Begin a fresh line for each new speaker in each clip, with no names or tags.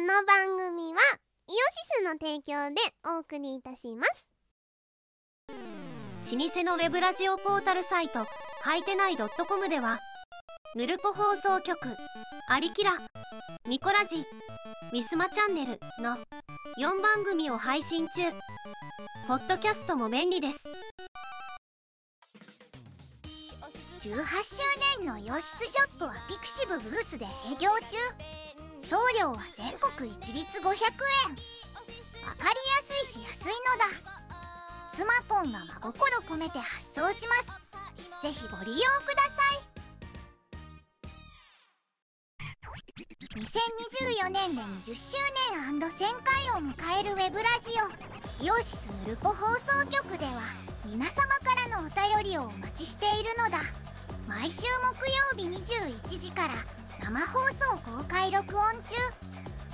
の番組はイオシスの提供でお送りいたします
老舗のウェブラジオポータルサイトはいてない .com ではぬるぽ放送局「アリキラ」「ミコラジ」「ミスマチャンネル」の4番組を配信中ポッドキャストも便利です
18周年の洋室ショップはピクシブブースで営業中送料は全国一律500円わかりやすいし安いのだスマポンが真心込めて発送しますぜひご利用ください2024年で20周年 &1000 回を迎えるウェブラジオイオシスヌルポ放送局では皆様からのお便りをお待ちしているのだ毎週木曜日21時から生放送公開録音中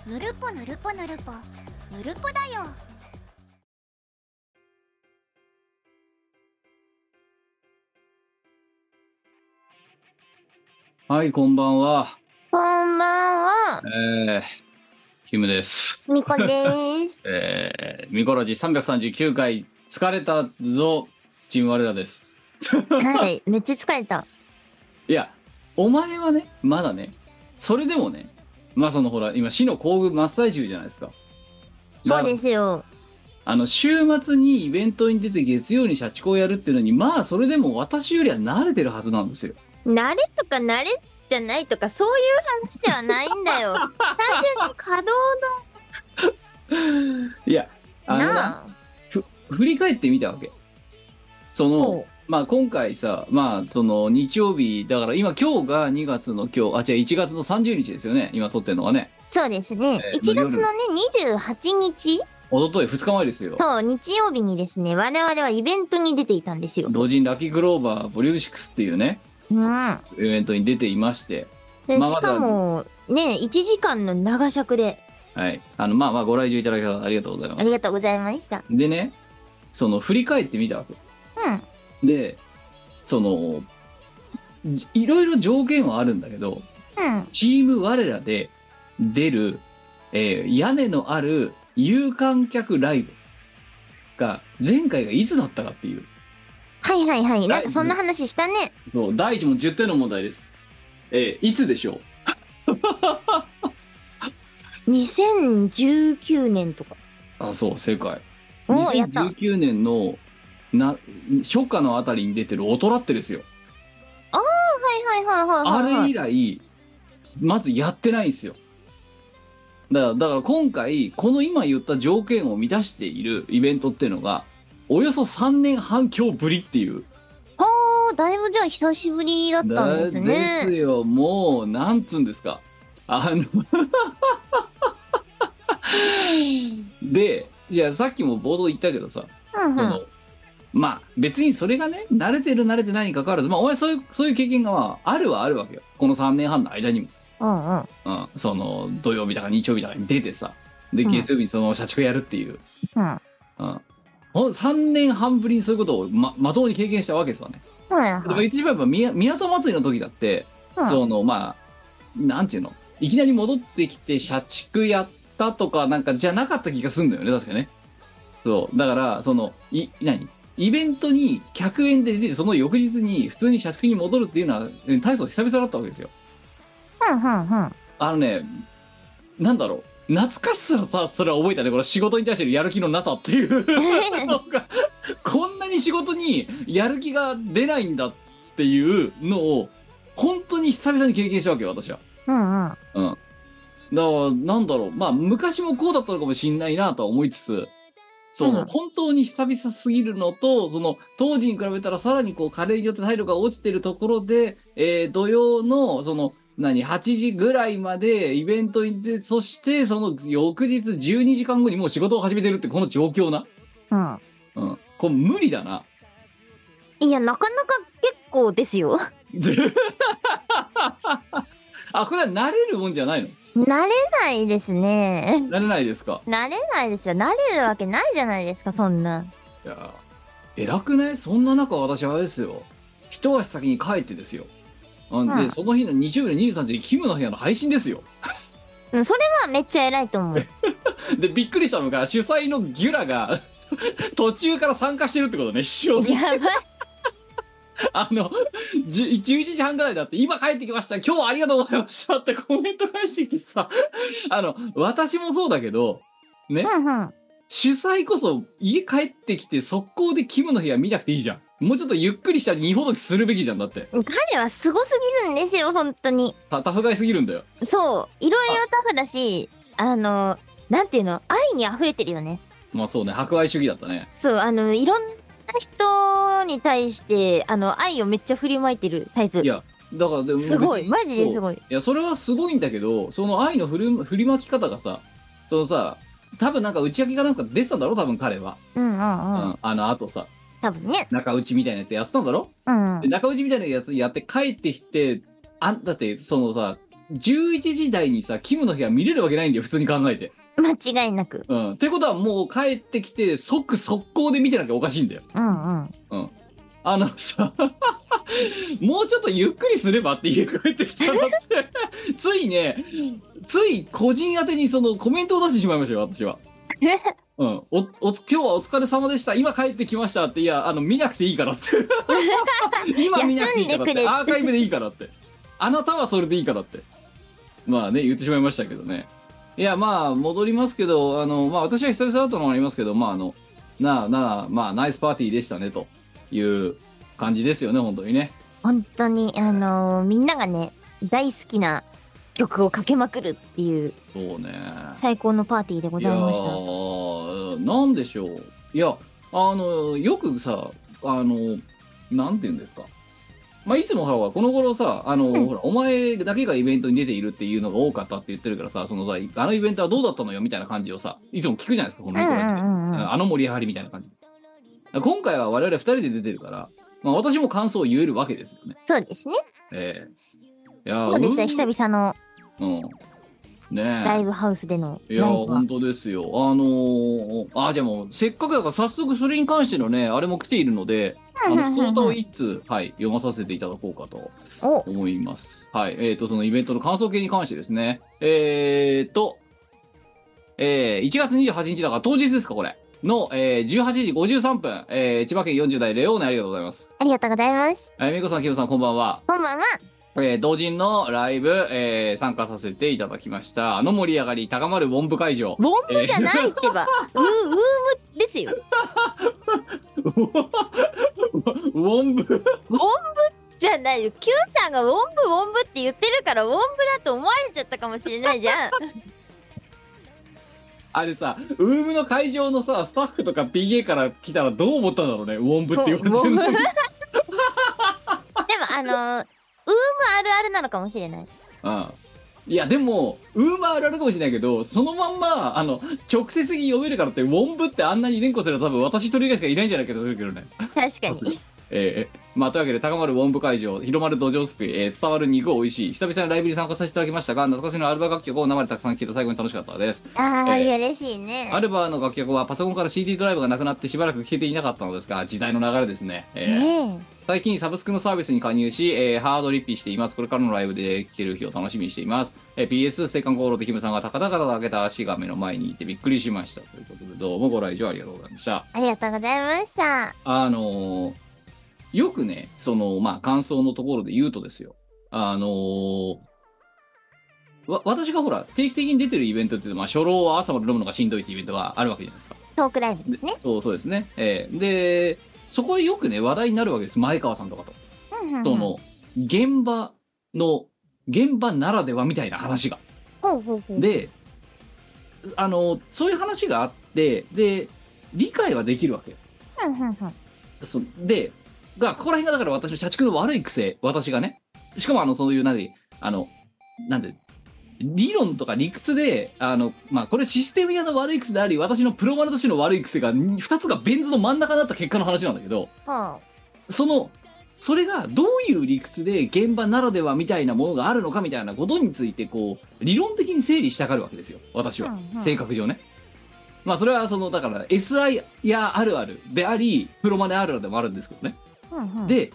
ぬるぽぬるぽぬるぽぬるぽだよ
はい、こんばんは。
こんばんは
えー、キムです。
みこでーす
えー、ミコロジ339回、疲れたぞ、チーム我らです。
はい、めっちゃ疲れた。
いや、お前はね、まだね、それでもね、まあそのほら、今、死の行軍真っ最中じゃないですか。。
そうですすよ。
あの、週末にイベントに出て月曜に社畜をやるっていうのに、まあそれでも私よりは慣れてるはずなんですよ。
慣れとか慣れじゃないとか、そういう話ではないんだ よ。単純に稼働
いや、あ
の
の、
なあ。
振り返ってみたわけその
ほ
まあ今回さまあその日曜日だから今今日が2月の今日あ違う1月の30日ですよね今撮ってるのはね
そうですね
え。ー
1月のね、28日
一昨日2日前ですよ
と日曜日にですね、我々はイベントに出ていたんですよ。
同人ラッキーグローバーボリューム6っていうね
うん。
イベントに出ていまして
で
まあ
しかも、ね、1時間の長尺で、
はいあのまあまあご来場いただきありがとうございま
あり
す
がとうございました。
でねその振り返ってみたわけ
うん。
でそのじいろいろ条件はあるんだけど
うん。
チーム我らで出る、えー屋根のある有観客ライブが前回がいつだったかっていう
はいはいはい。なんかそんな話したね。
そう第1問10点の問題です、えーいつでしょう
2019年とか。
あそう正解
おーやった
2019年のな初夏のあたりに出てるオトラッテですよ
はいはいはい
あ
はいはい、は
れ
い。
以来まずやってないんですよだからだから今回この今言った条件を満たしているイベントっていうのがおよそ3年半今日ぶりっていう
はあ、だいぶじゃあ久しぶりだったんです
です
ね。
よもうなんつうんですかあの でじゃあさっきも冒頭言ったけどさ、
うんう
そ
ん。
のまあ別にそれがね慣れてる慣れてないに関わらずまあお前そういうそういう経験がまああるはあるわけよこの3年半の間にも、
うんうん。
うん、その土曜日だか日曜日だかに出てさで
うん
月曜日にその社畜やるっていう、
うん。
うん、ほん3年半ぶりにそういうことをままともに経験したわけさね
はい
だから
はい。
一番やっぱ宮港祭りの時だって、
うん
そのまあなんていうのいきなり戻ってきて社畜やったとかなんかじゃなかった気がすんだよね確かねそうだからそのい何イベントに100円で出てその翌日に普通に社畜に戻るっていうのはえ大層久々だったわけですよ
うんうんうん。
あのねなんだろう懐かしささそれは覚えたねこれ仕事に対してのやる気のなさっていうのがこんなに仕事にやる気が出ないんだっていうのを本当に久々に経験したわけよ私は
うんうん。
うんだからなんだろうまあ昔もこうだったのかもしんないなとは思いつつその、
うん
本当に久々すぎるのとその当時に比べたらさらにこう加齢によって体力が落ちてるところで、えー土曜のその何8時ぐらいまでイベントに出てそしてその翌日12時間後にもう仕事を始めてるってこの状況な、
うん。
うん、これ無理だな
いや、なかなか結構ですよ。
あこれは慣れるもんじゃないの
慣れないですね。
慣れないですか
慣れないですよ。慣れるわけないじゃないですか、そんな。
いやー偉くないそんな中私あれですよ一足先に帰ってですよあんで、
うん
その日の日曜日の23時にキムの部屋の配信ですよ
うんそれはめっちゃ偉いと思う
でびっくりしたのが主催のギュラが 途中から参加してるってことね師匠に
やばい
あのじ11時半ぐらいだって今帰ってきました今日はありがとうございましたってコメント返してきてさあの私もそうだけどね
うんうん
主催こそ家帰ってきて速攻でキムの部屋見なくていいじゃんもうちょっとゆっくりしたり二ほどきするべきじゃんだって
彼はすごすぎるんですよ本当に
タタフがいすぎるんだよ
そういろいろタフだしあのなんていうの愛に溢れてるよね
まあそうね博愛主義だったね
そうあのいろんな人に対してあの愛をめっちゃ振りまいてるタイプ
いやだからでも
すご
別
い
に
マジです
そう
ごい
いやそれはすごいんだけどその愛の振る振りまき方がさそのさ多分なんか打ち明けがなんか出てたんだろ多分彼は、
うんうん
う
うん
んあのあとさ
多分ね
中打ちみたいなやつやってたんだろ、
うん
で中打ちみたいなやつやって帰ってきてあんだってそのさ11時台にさキムの部屋見れるわけないんだよ普通に考えて
間違いなく
うんってことはもう帰ってきて即速攻で見てなきゃおかしいんだよ
うんうん
あのさ もうちょっとゆっくりすればって家帰ってきたなってついねつい個人宛てにそのコメントを出してしまいましたよ私は。うん、おおつ今日はお疲れ様でした今帰ってきましたっていやあの見なくていいか らって今見なくてい
休
いからっ
んでくれ
てアーカイブでいいからってあなたはそれでいいからってまあね言ってしまいましたけどねいやまあ戻りますけどあのまあ私は久々だったのもありますけどまああのなあなあまあナイスパーティーでしたねという感じですよね本当にね
本当にあのーみんながね大好きな曲をかけまくるっていう
そうね
最高のパーティーでございまし
や
た
ーなんでしょういやあのよくさあのなんて言うんですかまあいつもほらこの頃さあの、ほらお前だけがイベントに出ているっていうのが多かったって言ってるからさそのさあのイベントはどうだったのよみたいな感じをさいつも聞くじゃないですかこの頃って、
うんうんうんうん
あの盛り上がりみたいな感じ今回は我々2人で出てるから、まあ、私も感想を言えるわけですよね
そうですね
ええいやー
そうでした
うん
久々の
うんねえ
ライブハウスでの
い
ライ
や
ブは
ー、本当ですよ。あのー、あ、じゃあもう、せっかくだから早速それに関してのね、あれも来ているので、あ
うんうんうんう
の、
ん
相当一通、はい、読まさせていただこうかと
お
思います。はい、えっ、ー、と、そのイベントの感想系に関してですね。えっ、ー、と、えー、1月28日だから当日ですか、これ。の、えー、18時53分、えー、千葉県40代レオーネありがとうございます。
ありがとうございます。
えー、みこさん、きむさん、こんばんは。
こんばんは。
えー同人のライブ、えー参加させていただきました。あの盛り上がり、高まる文部会場。
ボンブじゃないってば、うウームですよ
ウォン
ウォン
ブ
ブじゃないよ Q さんがウォンブウォンブって言ってるからウォンブだと思われちゃったかもしれないじゃん
あれさウームの会場のさスタッフとか PA から来たらどう思ったんだろうねウォンブって言われてるの
ウォン
に
ブでもあのーウームあるあるなのかもしれない
うんいやでもウームあるあるかもしれないけどそのまんまあの直接に読めるからってウォンブってあんなに連呼すれば多分私一人ぐらいしかいないんじゃないかとするけどね
確か
そうで
に
ええまあ、というわけで高まるウォンブ会場広まる土壌すくい、えー伝わる肉美味しい久々にライブに参加させていただきましたが懐かしのアルバ楽曲を生でたくさん聴いて最後に楽しかったです
あ
え
ー嬉しいね
アルバの楽曲はパソコンから CD ドライブがなくなってしばらく聴けていなかったのですが時代の流れですね,、えー
ね
最近サブスクのサービスに加入し、えーハードリピしていますこれからのライブで聴ける日を楽しみにしています、えー PS ステッカンコールでキムさんが高々と開けた足が目の前にいてびっくりしましたということでどうもご来場ありがとうございました
ありがとうございました。
あのーよくねそのまあ感想のところで言うとですよあのーわ私がほら定期的に出てるイベントっていうのは、まあ、初老は朝まで飲むのがしんどいってイベントがあるわけじゃないですか
トークライブですね。
そうそうですね。ええで、そこでよくね、話題になるわけです。前川さんとかと。
うんうん
その、現場の、現場ならではみたいな話が。
ほうほうほう。
で、あの、そういう話があって、で、理解はできるわけよ。
うんうんうん。
そで、が、ここら辺がだから私の社畜の悪い癖、私がね。しかも、あの、そういう、何、あの、なんで、理論とか理屈で、あの、まあ、これシステム屋の悪い癖であり、私のプロマネとしての悪い癖が、2つがベン図の真ん中になった結果の話なんだけど、
ほ
その、それがどういう理屈で現場ならではみたいなものがあるのかみたいなことについて、こう、理論的に整理したがるわけですよ、私は。
う。
性格上ね。まあ、それは、その、だから、SI やあるあるであり、プロマネあるあるでもあるんですけどね。
うんうん。
で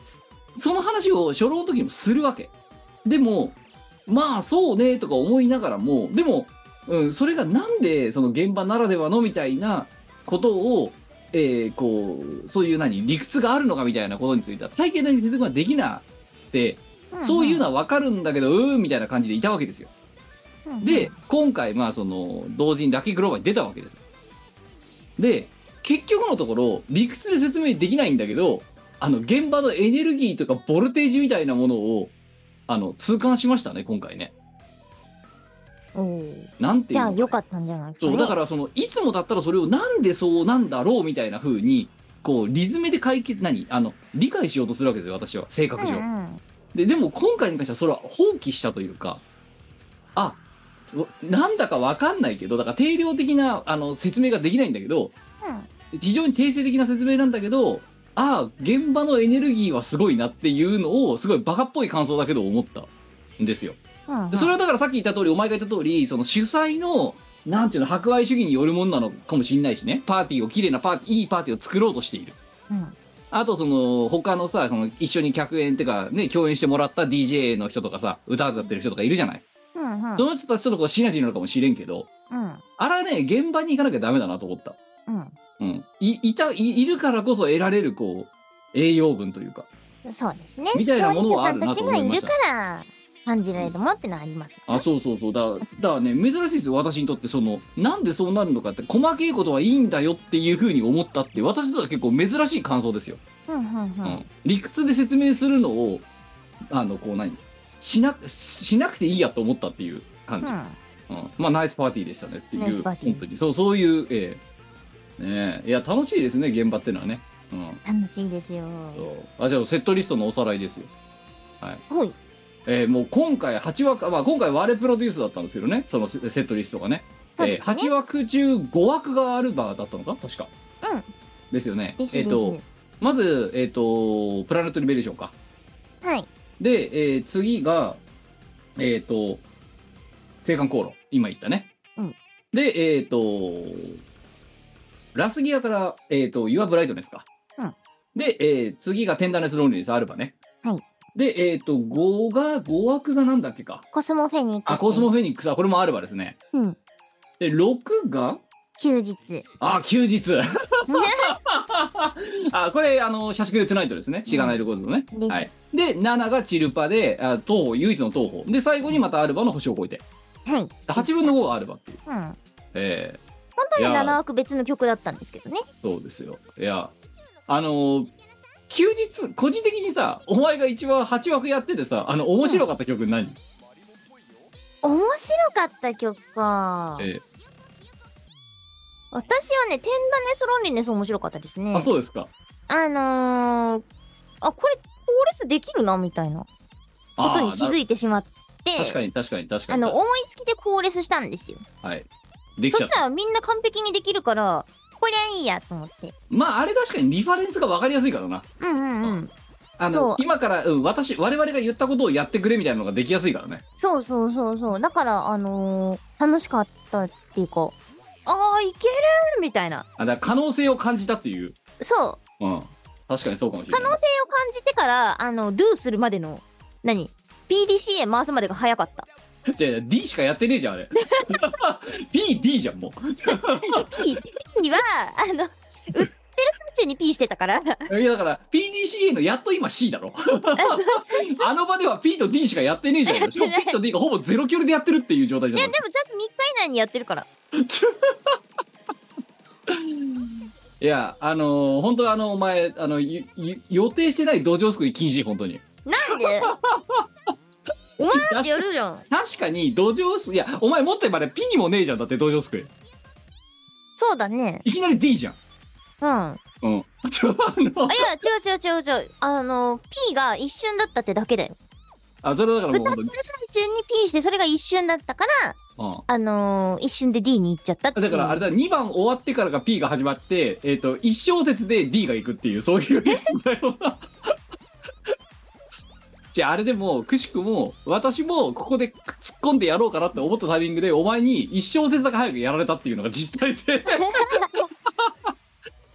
その話を初老の時にもするわけでもまあそうねとか思いながらもでも、うん、それがなんでその現場ならではのみたいなことを、えーこうそういう何理屈があるのかみたいなことについては体系的に説明ができなくてそういうのはわかるんだけどうーんみたいな感じでいたわけですよ。で今回まあその同時にラッキーグローバーに出たわけです。で結局のところ理屈で説明できないんだけどあの現場のエネルギーとかボルテージみたいなものをあの痛感しましたね今回ね。
おー
なんてい
じ
う
ゃ
のか
あ
ね
良かったんじゃないですか、
そ
ね、
うだからそのいつもだったらそれをなんでそうなんだろうみたいな風にこうリズムで解決何あの理解しようとするわけですよ私は性格上、
うんうん
ででも今回に関してはそれは放棄したというかあわなんだかわかんないけどだから定量的なあの説明ができないんだけど、非常に定性的な説明なんだけどああ現場のエネルギーはすごいなっていうのをすごいバカっぽい感想だけど思ったんですよ
うんう
で
ん
それはだからさっき言った通りお前が言った通りその主催のなんていうの博愛主義によるものなのかもしれないしねパーティーを綺麗なパーティーいいパーティーを作ろうとしている
うん
あとその他のさその一緒に客演ってかね共演してもらった DJ の人とかさ歌歌ってる人とかいるじゃない
うんうん
その人たちとのこうシナジーなのかもしれんけど
うん
あれはね現場に行かなきゃダメだなと思った
う
うんいいたいいるからこそ得られるこう栄養分というか
んそうですね
みたいなものはあるなと
当事者さ
思
ん
いま
た
し
ち
た
がいるから感じられるものってのはありますよね
あそうそうそうだだからね珍しいですよ私にとってそのなんでそうなるのかって細けいことはいいんだよっていうふうに思ったって私にとっては結構珍しい感想ですよ、
うんうんう
うんん理屈で説明するのをあのこう何しなしなくていいやと思ったっていう感じ、
う
うんまあナイスパーティーでしたねっていう
ナイスパーティー
本当にそうそういうええねえいや楽しいですね現場ってのはねうん
ん楽しいですよ
そうあじゃあセットリストのおさらいですよ
ほい
えーもう今回8枠、まあ、今回我プロデュースだったんですけどねそのセセットリストがね
そう
え
で
ー
すね
8枠中5枠がアルバーだったのか確か
うん
ですよね
です
えっ、
です
とまずえっ、とプラネットリベレーションか
はい
で、えー次がえっ、と青函航路今言ったね、
うん
でえっ、とラスギアからえっ、とユアブライトネスか、
うん
で、えー次がテンダーネスロンリネスアルバね
はい
でえっ、と5が5枠がなんだっけか
コスモフェニックス
あ、コスモフェニックスはこれもアルバですね。
うん
で、6が、
休日
あ、休日。あ、これ、あの、社畜でトゥナイトですね。しがないところのね。
です
はい。で、7がチルパで、あ東方、唯一の東方。で、最後にまたアルバの星を超えて。
はい
8分の5がアルバっていう。
うん本
ええ
当に
いや
7枠別の曲だったんですけどね
そうですよ。いや、あの休日、個人的にさ、お前が一番8枠やっててさ、あの、面白かった曲何、
面白かった曲か
ええ
私はね「天ダネスロンリネス」面白かったですね
あ、そうですか。
あのー、あこれコーレスできるなみたいなこ
あ
とに気づ
い
いてしまって
確かに確かに確か
あ
に
の
確か
思いつきでコーレスしたんですよ
に。はい。でき
そ
ちゃっ。
したたらみんな完璧にできるからこりゃいいやと思って
まああれ確かにリファレンスが分かりやすいからな
うんうんうん
あ
そう
の今から、うん、私我々が言ったことをやってくれみたいなのができやすいからね
そうそうそうそうだからあのー、楽しかったっていうかあーいけるみたいな
あだから可能性を感じたっていう、
そう
うん、確かにそうかもしれ
可能
ない
性を感じてからあの do するまでの何 PDCA 回すまでが早か った
じゃあ D しかやってねえじゃん あれ PD じゃんも
P, P はあの売ってる最中に P してたから
ういやだから PDCA のやっと今 C だろあの場では P と D しかやってねえじゃん
やってない
しかも P と D がほぼゼロ距離でやってるっていう状態じ
い
ゃ
や
ん
でもちゃんと3日以内にやってるから
いやあのー本当あのお前あのゆゆ予定してない土壌すくい禁止本当に
なん でお前だってやるじゃん
確かに土壌すいやお前持ってばれピにもねえじゃんだって土壌すくい
そうだね
いきなり D じゃん
うん あ
うんちょあの
いや違う違う違う違うあの P が一瞬だったってだけだよ
あそれだからもう本当に
それ最中に P してそれが一瞬だったから
う
あのー、一瞬で D に行っちゃったって
ん
い
だ
う
からあれだ2番終わってからが P が始まってえっ、と1小節で D がいくっていうそういうやつだよな じゃああれでもくしくも私もここで突っ込んでやろうかなって思ったタイミングでお前に1小節だけ早くやられたっていうのが実態で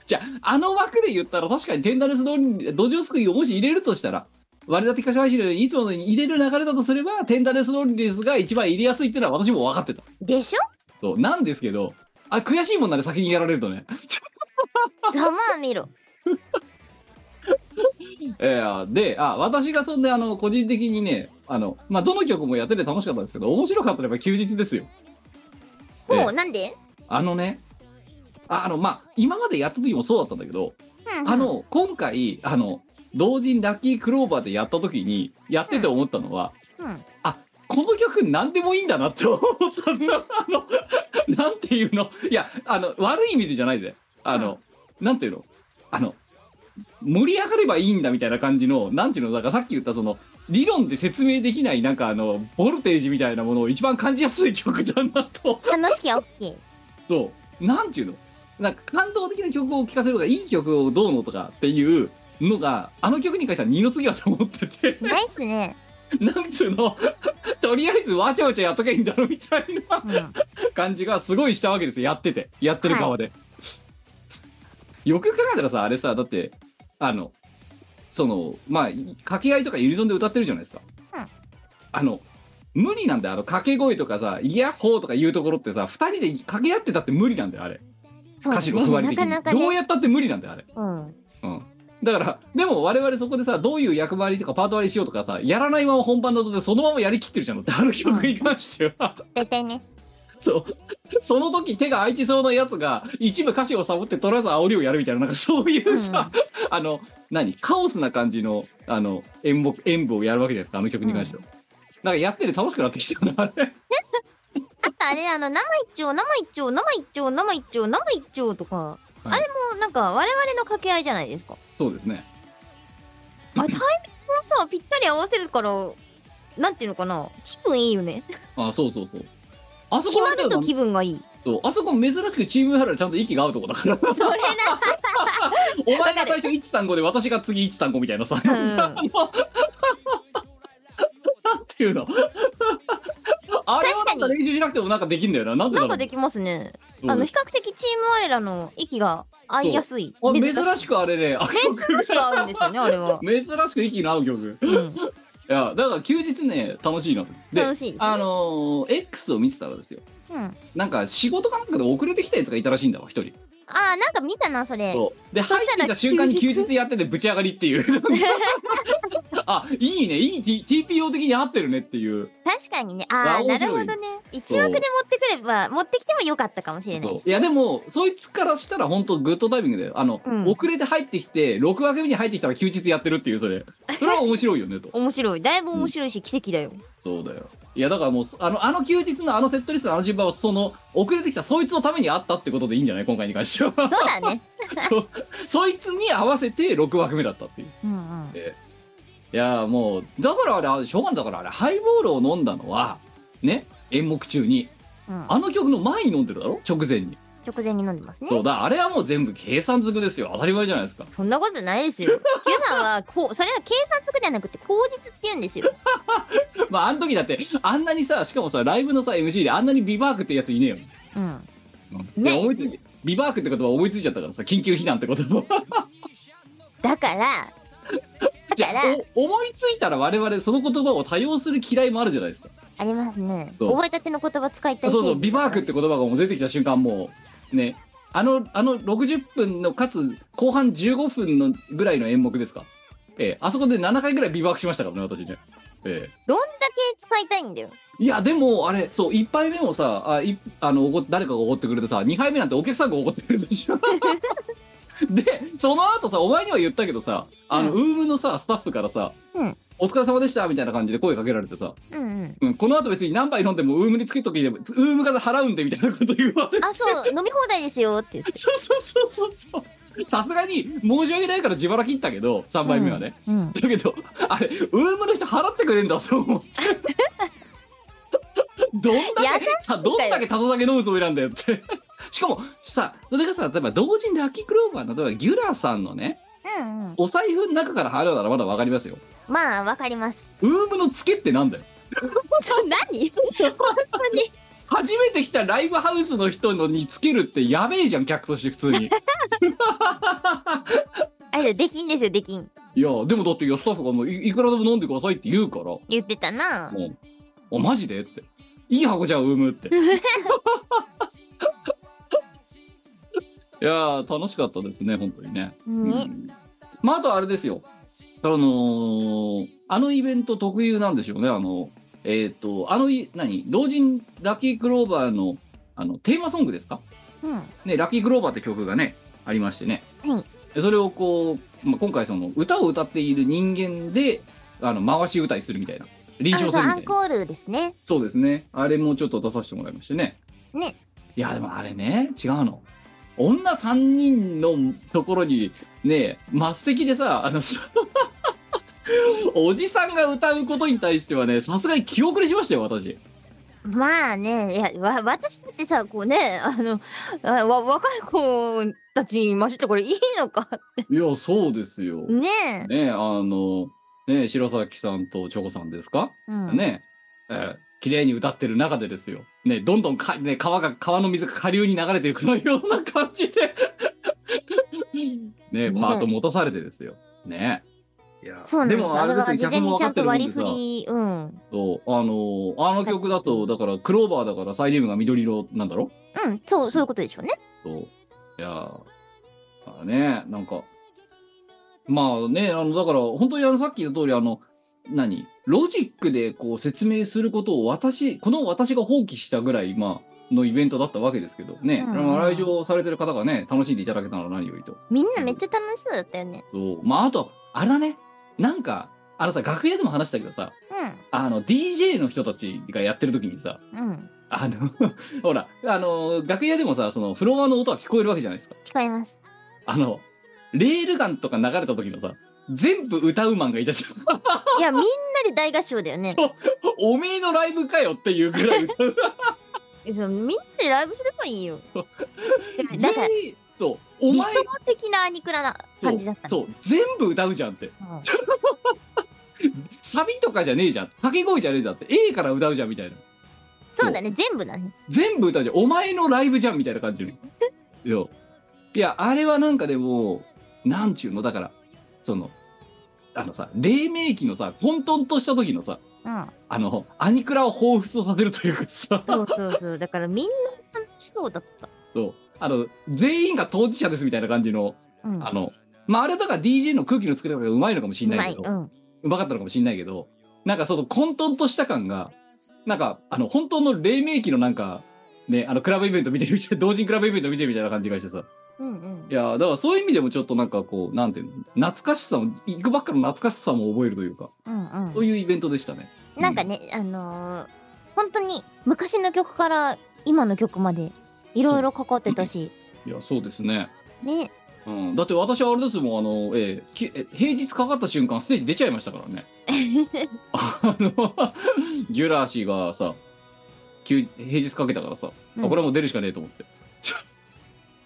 じゃああの枠で言ったら確かにテンダレスド土壌すくいをもし入れるとしたら割り当て化粧配信でいつものように入れる流れだとすればテンダレスロリスが一番入れやすいっていうのは私も分かってた
でしょ
そうなんですけどあ悔しいもんなで先にやられるとね
ざまあ見ろ
えーであ私がそんであの個人的にねあの、まあ、どの曲もやってて楽しかったんですけど面白かったのはやっぱ休日ですよ
ほ
ええ
うなんで
あのねああのまあ今までやった時もそうだったんだけどあの今回あの同時にラッキークローバーでやった時にやってて思ったのは、
うん
この曲何でもいいんだなって思ったんだあのなんていうのいやあの悪い意味でじゃないであの、なんていうのあの盛り上がればいいんだみたいな感じのなんていうのだからさっき言ったその理論で説明できないなんかあのボルテージみたいなものを一番感じやすい曲だなと
楽しきゃ OK
そうなんていうのなんか感動的な曲を聴かせるとかいい曲をどうのとかっていうのがあの曲に関しては二の次だと思ってて
ないっすね
なんちゅうの とりあえずわちゃわちゃやっとけばいいんだろみたいな
うん
感じがすごいしたわけですよやっててやってる側で、よく考えたらさあれさだってあのそのまあ掛け合いとかユニゾンで歌ってるじゃないですか、
うん
あの無理なんだよあの掛け声とかさ「イヤッホー」とか言うところってさ2人で掛け合ってたって無理なんだよあれ
そう
歌
だ
詞の不割
ねな
的に、
かなか
どう
ね
やったって無理なんだよあれ
うん
うんだからでも我々そこでさどういう役回りとかパート割りしようとかさやらないまま本番だとでそのままやりきってるじゃんだってあの曲に関しては、
大体ね
そうその時手が空いてそうなやつが一部歌詞をサボってとりあえず煽りをやるみたいななんかそういうさ、あの何カオスな感じのあの演目演舞をやるわけじゃないですかあの曲に関しては、なんかやってて楽しくなってきたなあれ
あとあれあの生一丁生一丁生一丁生一丁生一丁とか、
い
あれもなんか我々の掛け合いじゃないですか
そうですね
あタイミングをさぴったり合わせるからなんていうのかな気分いいよね
あそうそうそうあそ
決
こは
まると気分がいい
そうあそこ珍しくチームハラちゃんと息が合うとこだから
それ
お前が最初135で私が次135みたいなさ、
な
なん
うん
ていうの あれ
確
はな
か
ん
に
か練習しなくてもなんかできんだよななんでだ
な
ろ
ん
う
かできますね
そう
あの比較的チーム我らの息が合いやすい
あ珍
珍し
しくあれねあ
く合うんです よねあれは、
珍しく息の合う曲
うん、
いやだから休日ね楽しいなで
楽しいですね
あのー X を見てたらですよ
うん、あ
なんか仕事かなんかで遅れてきたやつがいたらしいんだわ一人
ーなんか見たなそれ
そうで
そ
入
し
ったてき
ら
た瞬間に
休
休
日
日やっててぶち上がりっていう あいいねいい T- TPO 的に合ってるねっていう
確かにね
わ
あー
面
なるほど
白い
ね一枠で持ってくれば持ってきてもよかったかもしれない
そう
です
いやでもそいつからしたら本当グッドタイミングであの、
うん
遅れて入ってきて6枠目に入ってきたら休日やってるっていう それそれは面白いよねと
面白いだいぶ面白いし奇跡だよ、
そうだよいやだからもうあのあの休日のあのセットリストのあの順番はその遅れてきたそいつのためにあったってことでいいんじゃない今回に関し ては
そうだ ね
そうそいつに合わせて6枠目だったっていう
うんうん
いやもうだからあれあれしょうがないだからあれハイボールを飲んだのはね演目中に
うん
あの曲の前に飲んでるだろ直前に
直前に飲んでますね
そうだあれはもう全部計算づくですよ当たり前じゃないですか
そんなことないですよ Q さんはこうそれは計算とかではなくて口実って言うんですよ
まああの時だってあんなにさしかもさライブのさ MC であんなにビバークってやついねえよ、
うん
で
ねえ
思いついビバークって言葉思いついちゃったからさ緊急避難って言葉
だから
じ
だか
ゃ
ら
あお思いついたら我々その言葉を多用する嫌いもあるじゃないですか
ありますね
そう
覚えたての言葉使いた
そう
いせい
そうビバークって言葉がもう出てきた瞬間もうねあのあの60分のかつ後半15分のぐらいの演目ですかええあそこで7回ぐらいビバークしましたからね私ねええ
どんだけ使いたいんだよ
いやでもあれそう1杯目もさあいあのおご誰かがおごってくれてさ2杯目なんてお客さんがおごってくれるでしょでその後さお前には言ったけどさあの、ウームのさスタッフからさ、
うん
お疲れ様でした」みたいな感じで声かけられてさ、
うんうん
うん、この後別に何杯飲んでもウームにつけときでウームから払うんでみたいなこと言われて
あそう飲み放題ですよって言って
そうそうそうそうそうさすがに申し訳ないから自腹切ったけど3杯目はね、
うん
だけどあれウームの人払ってくれんだ と思ってどんだ
優しいんだ
け
よ
さどんだけただ酒飲むつもりなんだよってしかもさそれがさ例えば同時にラッキークローバーの例えばギュラーさんのね
うんうん
お財布の中から払うならまだわかりますよ
まあわかります
ウームのツケってなんだよ
そう何本当に
初めて来たライブハウスの人のにつけるってやべえじゃん客として普通に
あれできんですよできん
いやでもだっていやスタッフがもうい「いくらでも飲んでください」って言うから「
言ってたな
もうおマジで?」って「いい箱じゃん産 む」っていやー楽しかったですね本当にねう
ね
んまああとあれですよあのーあのイベント特有なんでしょうねあのえっ、とあのい何同人ラッキークローバーのあのテーマソングですか
うん
ね、ラッキーグローバーって曲がね、ありましてね。
はい
でそれをこう、まあ、今回その歌を歌っている人間で、あの、回し歌いするみたいな。臨
あ
床
のそ
す
う
る
ア
み
ン
たいな。
コールですね
そうですね。あれもちょっと出させてもらいましてね。
ね。
いや、でもあれね、違うの。女3人のところに、ね、末席でさ、あの、 そおじさんが歌うことに対してはね、さすがに気遅れしましたよ、私。
まあねいやわ私だってさこうねあのあわ若い子たちに混じってこれいいのか
いや、そうですよ。
ねえ、
ね、あの、ね、白崎さんとチョコさんですか
うん、
ね、えー綺麗に歌ってる中でですよ。ね、どんどんか、ね、川が、川の水が下流に流れていくのような感 じでね、
ね
パート持たされてですよ。ね。いや
そうなんです
でもあ
あ
れ
れ
です
は
ね、
事
客
前に
も分
ち
か
ゃ
っ
ん
て
と
る
割り
ん
振
でさ
りうん
そうあのーあの曲だと、だから、クローバーだから、サイリウムが緑色なんだろ
うんそうそういうことでしょうね
そう。いやーだからね、なんか、まあね、あの、だから、本当にあの、さっき言った通り、あの、何ロジックでこう説明することを私、この私が放棄したぐらい、まあ、のイベントだったわけですけどね、
うん
まあ来場されてる方がね、楽しんでいただけたら何よりと。
みんなめっちゃ楽しそうだったよね
そうまあ、あと、あれだね、なんか、あのさ、楽屋でも話したけどさ、あの、DJ の人たちがやってる時にさ、
うんうん
あの、 ほら、あの、楽屋でもさ、その、フロアの音は聞こえるわけじゃないですか。
聞こえます
あの、レールガンとか流れた時のさ、全部歌うマンがいたし、
いやみんなで大合唱だよね
おめえのライブかよっていうぐらい歌 う。
そうみんなでライブすればいい よでもだから
全員、そう、お
理
前
想、的なアニクラな
そう
感じだったね
そう、全部歌うじゃんって。
うん
サビとかじゃねえじゃん。掛け声じゃねえんだって。A から歌うじゃんみたいな。
そうだね全部だね
全部歌うじゃん。お前のライブじゃんみたいな 感じの。いや、いや、あれはなんかでも、なんちゅうの、だから、その、あのさ、黎明期のさ、混沌とした時のさ、
うん
あの、アニクラを彷彿とさせるというかさ、
そうそうそうだからみんな楽しそうだった
そうあの全員が当事者ですみたいな感じの、
うん
あのまああれだから DJ の空気の作り方がうまいのかもし
う
れな
ま
い
い
け
う
ど
ん
うまかったのかもしれないけどなんかその混沌とした感がなんかあの本当の黎明期のなんかねあのクラブイベント見てるみたい同 人クラブイベント見てるみたいな感じがしてさ
うんうん
いやーだからそういう意味でもちょっとなんかこうなんていうの懐かしさも行くばっかの懐かしさも覚えるというか
うん
そういうイベントでしたね
うんなんかねあのー本当に昔の曲から今の曲までいろいろかかってたし
いやそうですね
ね
うん、だって私はあれですもんあの、えーきえ平日かかった瞬間ステージ出ちゃいましたか らねあのギュラー氏がさ急平日かけたからさ、
うん
あこれはもう出るしかねえと思って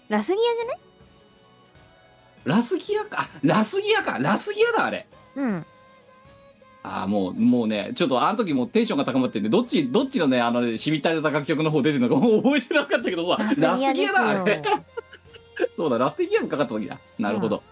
ラスギアじゃない
ラスギアかあラスギアかラスギアだあれ
うん
あーもうもうねちょっとあの時もうテンションが高まってんでどっちどっちのねあのねしみったれた楽曲の方出てるのかもう覚えてなかったけどさラスギアだあれそうだ、ラステギアがかかった時だ。なるほど。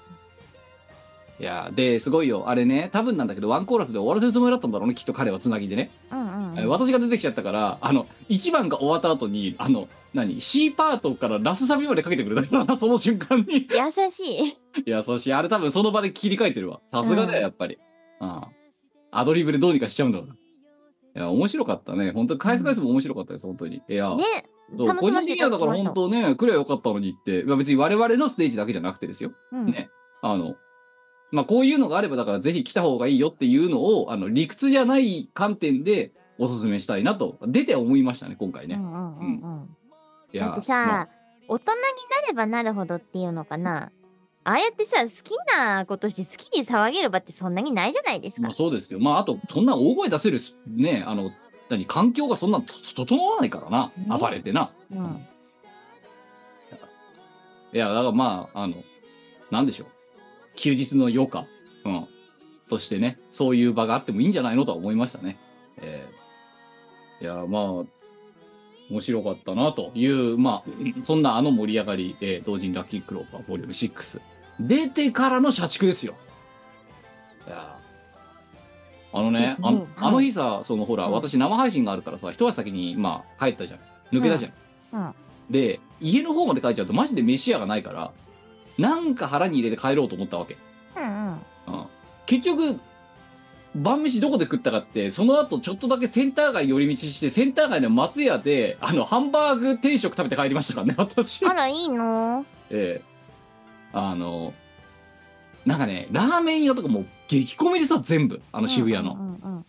いやーで、すごいよ。あれね、多分なんだけど、ワンコーラスで終わらせるつもりだったんだろうね、きっと彼はつなぎでね。
うんうん
え私が出てきちゃったから、あの、1番が終わった後に、あの、何、C パートからラスサビまでかけてくれたからな、 その瞬間に。
優しい
いや、そして、あれ多分その場で切り替えてるわ。さすがだ
うん
よ、やっぱり。うん。アドリブでどうにかしちゃうんだから。いや、面白かったね。本当に返す返すも面白かったです、本当に。いや、
ね
そう
楽
個
し
人
ませて
的
い
に
た
は
だ
だ
きま
から
した
本当ね、来りゃよかったのにって、まあ、別に我々のステージだけじゃなくてですよ。
うん
ねあの、まあ、こういうのがあれば、だからぜひ来た方がいいよっていうのを、あの、理屈じゃない観点でお勧めしたいなと、出て思いましたね、今回
う
ね。
んうんうんうん
いや
だって
まあ
さ、大人になればなるほどっていうのかなああやってさ好きなことして好きに騒げる場ってそんなにないじゃないですか、
まあそうですよ。まあ、あと、そんな大声出せるす、ね、あの、何、環境がそんなと整わないからな、
ね
暴れてな。
うん
いや、だからまあ、あの、なんでしょう。休日の余暇、うん、としてね、そういう場があってもいいんじゃないのとは思いましたね。えーいや、まあ、面白かったなという、まあ、そんなあの盛り上がり、えー同人ラッキークローバーボリューム6。出てからの社畜ですよ。いやーあのね
ですね
あの
はい
あの日さそのほら、
うん
私生配信があるからさ一足先にまあ帰ったじゃん抜けたじゃん、
うん
で家の方まで帰っちゃうとマジで飯屋がないからなんか腹に入れて帰ろうと思ったわけ、
うんうん
うん、結局晩飯どこで食ったかってその後ちょっとだけセンター街寄り道してセンター街の松屋であのハンバーグ定食食べて帰りましたからね私
あらいいの
ええあのなんかねラーメン屋とかもう激込みでさ全部あの渋谷
う
の、
んうん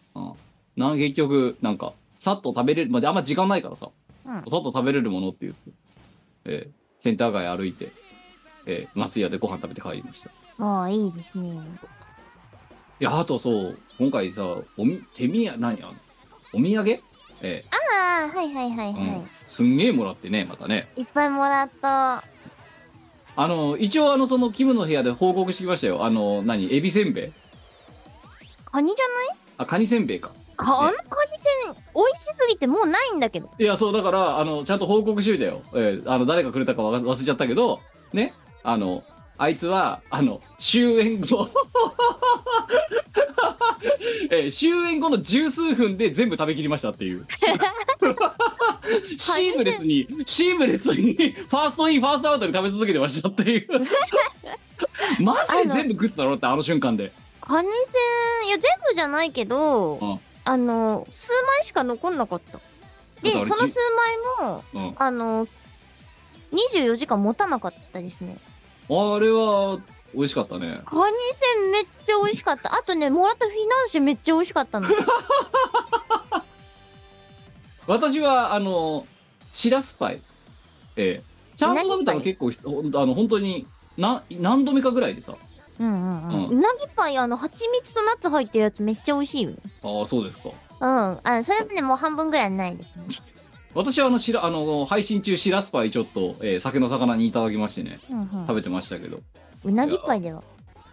なんか結局なんかさっと食べれるまあ、あんま時間ないからさ、
うん
さっと食べれるものって言って、ええセンター街歩いて、ええ松屋でご飯食べて帰りましたい
うんああいいですね
やあとそう今回さおみ手土産何やお土産ええ
ああはいはいはいは
うんすんげえもらってねまたね
いいっぱいもらった
あの一応あのそのキムの部屋で報告してきましたよあの何エビせんべい
カニじゃない
あカニせんべいか
かあのカニせん美味しすぎてもうないんだけど
いや、そう、だから、あの、ちゃんと報告しといたよ。えーあの、誰がくれたかわか忘れちゃったけど、ね、あの、あいつは、あの、終演後、 えー終演後の十数分で全部食べきりましたっていう。 シームレスに、シームレスに、ファーストイン、ファーストアウトに食べ続けてましたっ ていう。マジで全部食ってたろって、あの瞬間で。
カニせんいや全部じゃないけど、
うん
あの数枚しか残んなかったで
だから
その数枚も
うん
あの24時間持たなかったですね
あれは、美味しかったね。
カニせんめっちゃ美味しかったあとねもらったフィナンシェめっちゃ美味しか ったの
私はあのシラスパイええちゃんと食
何
べたの
パイ
結構ひほんあの本当にな何度目かぐらいでさ
うんうんうん、
う
うなぎパイあの蜂蜜とナッツ入ってるやつめっちゃ美味しいよ
ああそうですか
うんあそれもねもう半分ぐらいないですね
私はあのしらあの配信中シラスパイちょっと、ええ酒の魚にいただきましてね
うん
食べてましたけど、
うんうなぎパイでは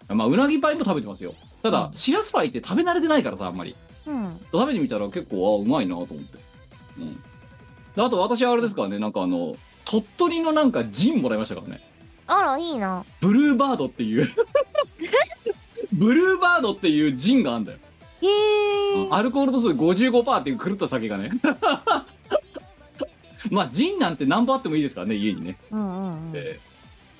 まあうなぎパイも食べてますよただ、シラスパイって食べ慣れてないからさあんまり
うん
食べてみたら結構ああうまいなと思ってうんであと私はあれですからねなんかあの鳥取のなんかジンもらいましたからね
あらいいな
ブルーバードっ ていうブルーバードっていうジンがあんだよ
へえ
アルコール度数55%っていう狂った酒がね まあジンなんて何本あってもいいですからね家にね、
うんうんうん
えー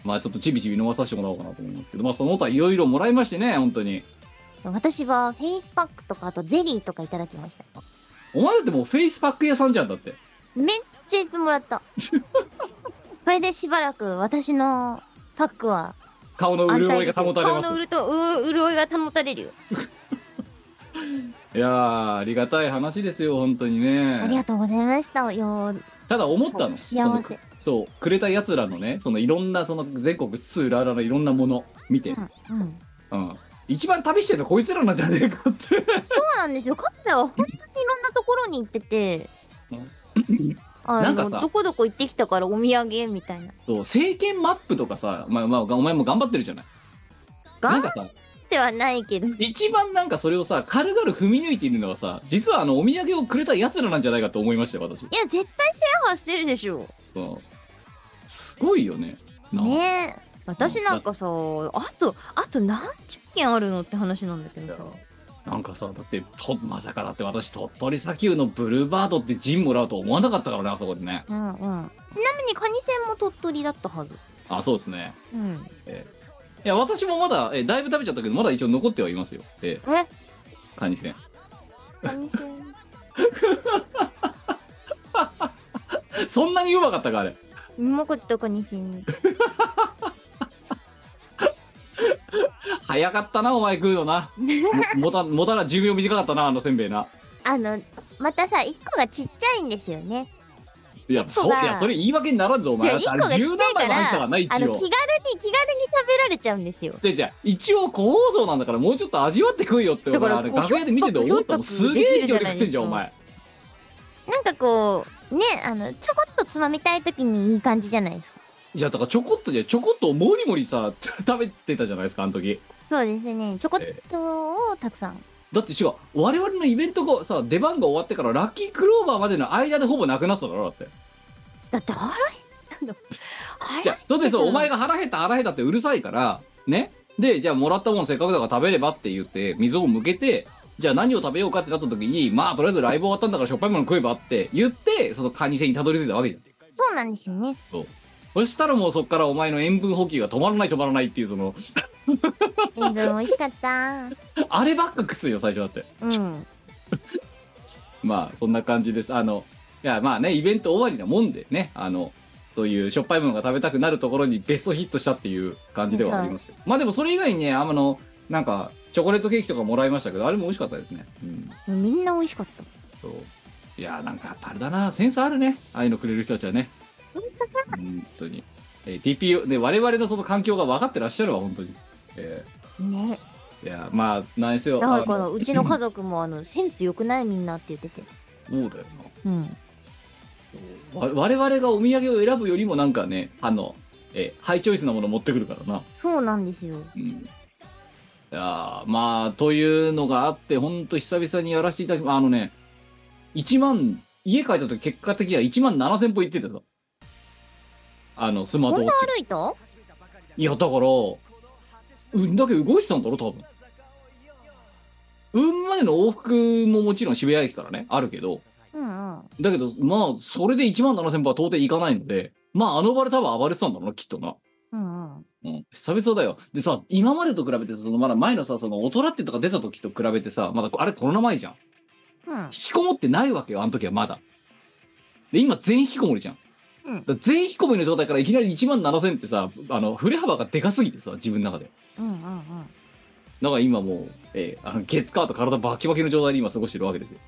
まあちょっとちびちび飲まさせてもらおうかなと思うんですけどまあその他いろいろもらいましてね本当に
私はフェイスパックとかあとゼリーとかいただきました
お前だってもうフェイスパック屋さんじゃんだって
めっちゃいっぱいもらった これでしばらく私のパックは
顔の
安
潤
泰
い
で
が
すよ
保たれ
顔
ま
の
す
うるとう潤いが保たれるよ
いやーありがたい話ですよ本当に
ありが
ね
とうございましたよ
ただ思ったの
幸
そ
せ
のそうくれたやつらのねそのいろんなその全国津々浦々のいろんなもの見て、
うん、うん、
うん、一番旅してるのこいつらなんじゃねえかって
そうなんですよ彼らは本当にいろんなところに行っててあ
なんか
の
さ
どこどこ行ってきたからお土産みたいな
そう政権マップとかさ、まあまあ、お前も頑張ってるじゃないな
頑
ん
張っ
かさ
てはないけど
一番なんかそれをさ軽々踏み抜いているのはさ実はあのお土産をくれたやつらなんじゃないかと思いましたよ私、
いや絶対シェアハウしてるでしょ
うん、すごいよねな
ねえ私なんかさあとあと何十件あるのって話なんだけどさ
なんかさだってとまさかだって私鳥取砂丘のブルーバードってジンもらうと思わなかったからねあそこでね
うんうんちなみにカニ船も鳥取だったはず
あそうですね
うん
いや私もまだえだいぶ食べちゃったけどまだ一応残ってはいますよえ
え
カニ船
カニせん
そんなにうまかったかあれ
うまかったカニ船
早かったなお前食う のなももたもたら10秒短かったなあのせんべいな
あのまたさ1個がちっちゃいんですよね
いや
一個
そい
が
やそれ言い訳にならんぞお
い
前
や
だっ
1
てあ
個がち
れ
っちゃ
十
い
何
か
枚も
ら
話したからな
あ
一
の気軽
応
に気軽に食べられちゃうんですよ
じゃじゃ一応個包装なんだからもうちょっと味わって食いよって
だから
俺あれ
こう
楽屋で見てて思ったもん
ひょっと
す
く
げえ勢
で
い
きるじゃ
で
ないですか
食ってんじゃんお前
なんかこうねあのちょこっとつまみたい時にいい感じじゃないですか
いやだからちょこっとじゃちょこっともりもりさ 食べてたじゃないですかあの時
そうですねちょこっとをたくさん
だって違う我々のイベントがさ出番が終わってからラッキークローバーまでの間でほぼなくなってただろだって
だって腹減ったの腹
じゃあ、そうです
うん
お前が腹減った腹減ったってうるさいから、ね、でじゃあもらったもんせっかくだから食べればって言って水を向けてじゃあ何を食べようかってなった時にまあとりあえずライブ終わったんだからしょっぱいもの食えばって言ってそのカニ戦にたどり着いたわけじゃん
そうなんですよね。
そしたらもうそっからお前の塩分補給が止まらない止まらないっていうその
塩分美味しか った。
あればっかくっついよ最初だって
うん。
まあそんな感じですあのいやまあねイベント終わりなもんでねあのそういうしょっぱいものが食べたくなるところにベストヒットしたっていう感じではありますけどまあでもそれ以外にねあのなんかチョコレートケーキとかもらいましたけどあれも美味しかったですねうん
みんな美味しかった。
そういやなんかやっぱあれだなセンスあるねああいうのくれる人たちはね本当に、えー TPO で我々のその環境が分かってらっしゃるわ本当に、え
ね。
ーいやまあなんですよ
だ
あ
から
の
うちの家族もあ のセンス良くないみんなって言ってて。
そうだよ
う
な
ん。
わ我々がお土産を選ぶよりもなんかねあのえーハイチョイスなもの持ってくるからな、
そうなんですよ。
うん、いやーまあというのがあってほんと久々にやらせていただきあのね1万家帰った時結果的には1万7000歩行ってたぞあのスマ
そ
ートウォ
ん
ッ
な
チ
歩いた？
いやだから運だけ動いてたんだろ多分運までの往復ももちろん渋谷駅からねあるけど
うんうん。
だけど、まあ、それで1万7000歩は到底いかないので、まあ、あの場で多分暴れてたんだろうな、きっとな。
うんうん。
うん、久々だよ。でさ、今までと比べて、その、まだ前のさ、その、大人ってとか出た時と比べてさ、まだ、あれコロナ前じゃん。
うん
引。きこもってないわけよ、あの時はまだ。で、今、全引きこもりじゃん。
うん
だから全引きこもりの状態からいきなり1万7000ってさ、あの、振れ幅がでかすぎてさ、自分の中で。
うんうんうん。
だから今もう、えーあの、月火と体バキバキの状態で今過ごしてるわけですよ。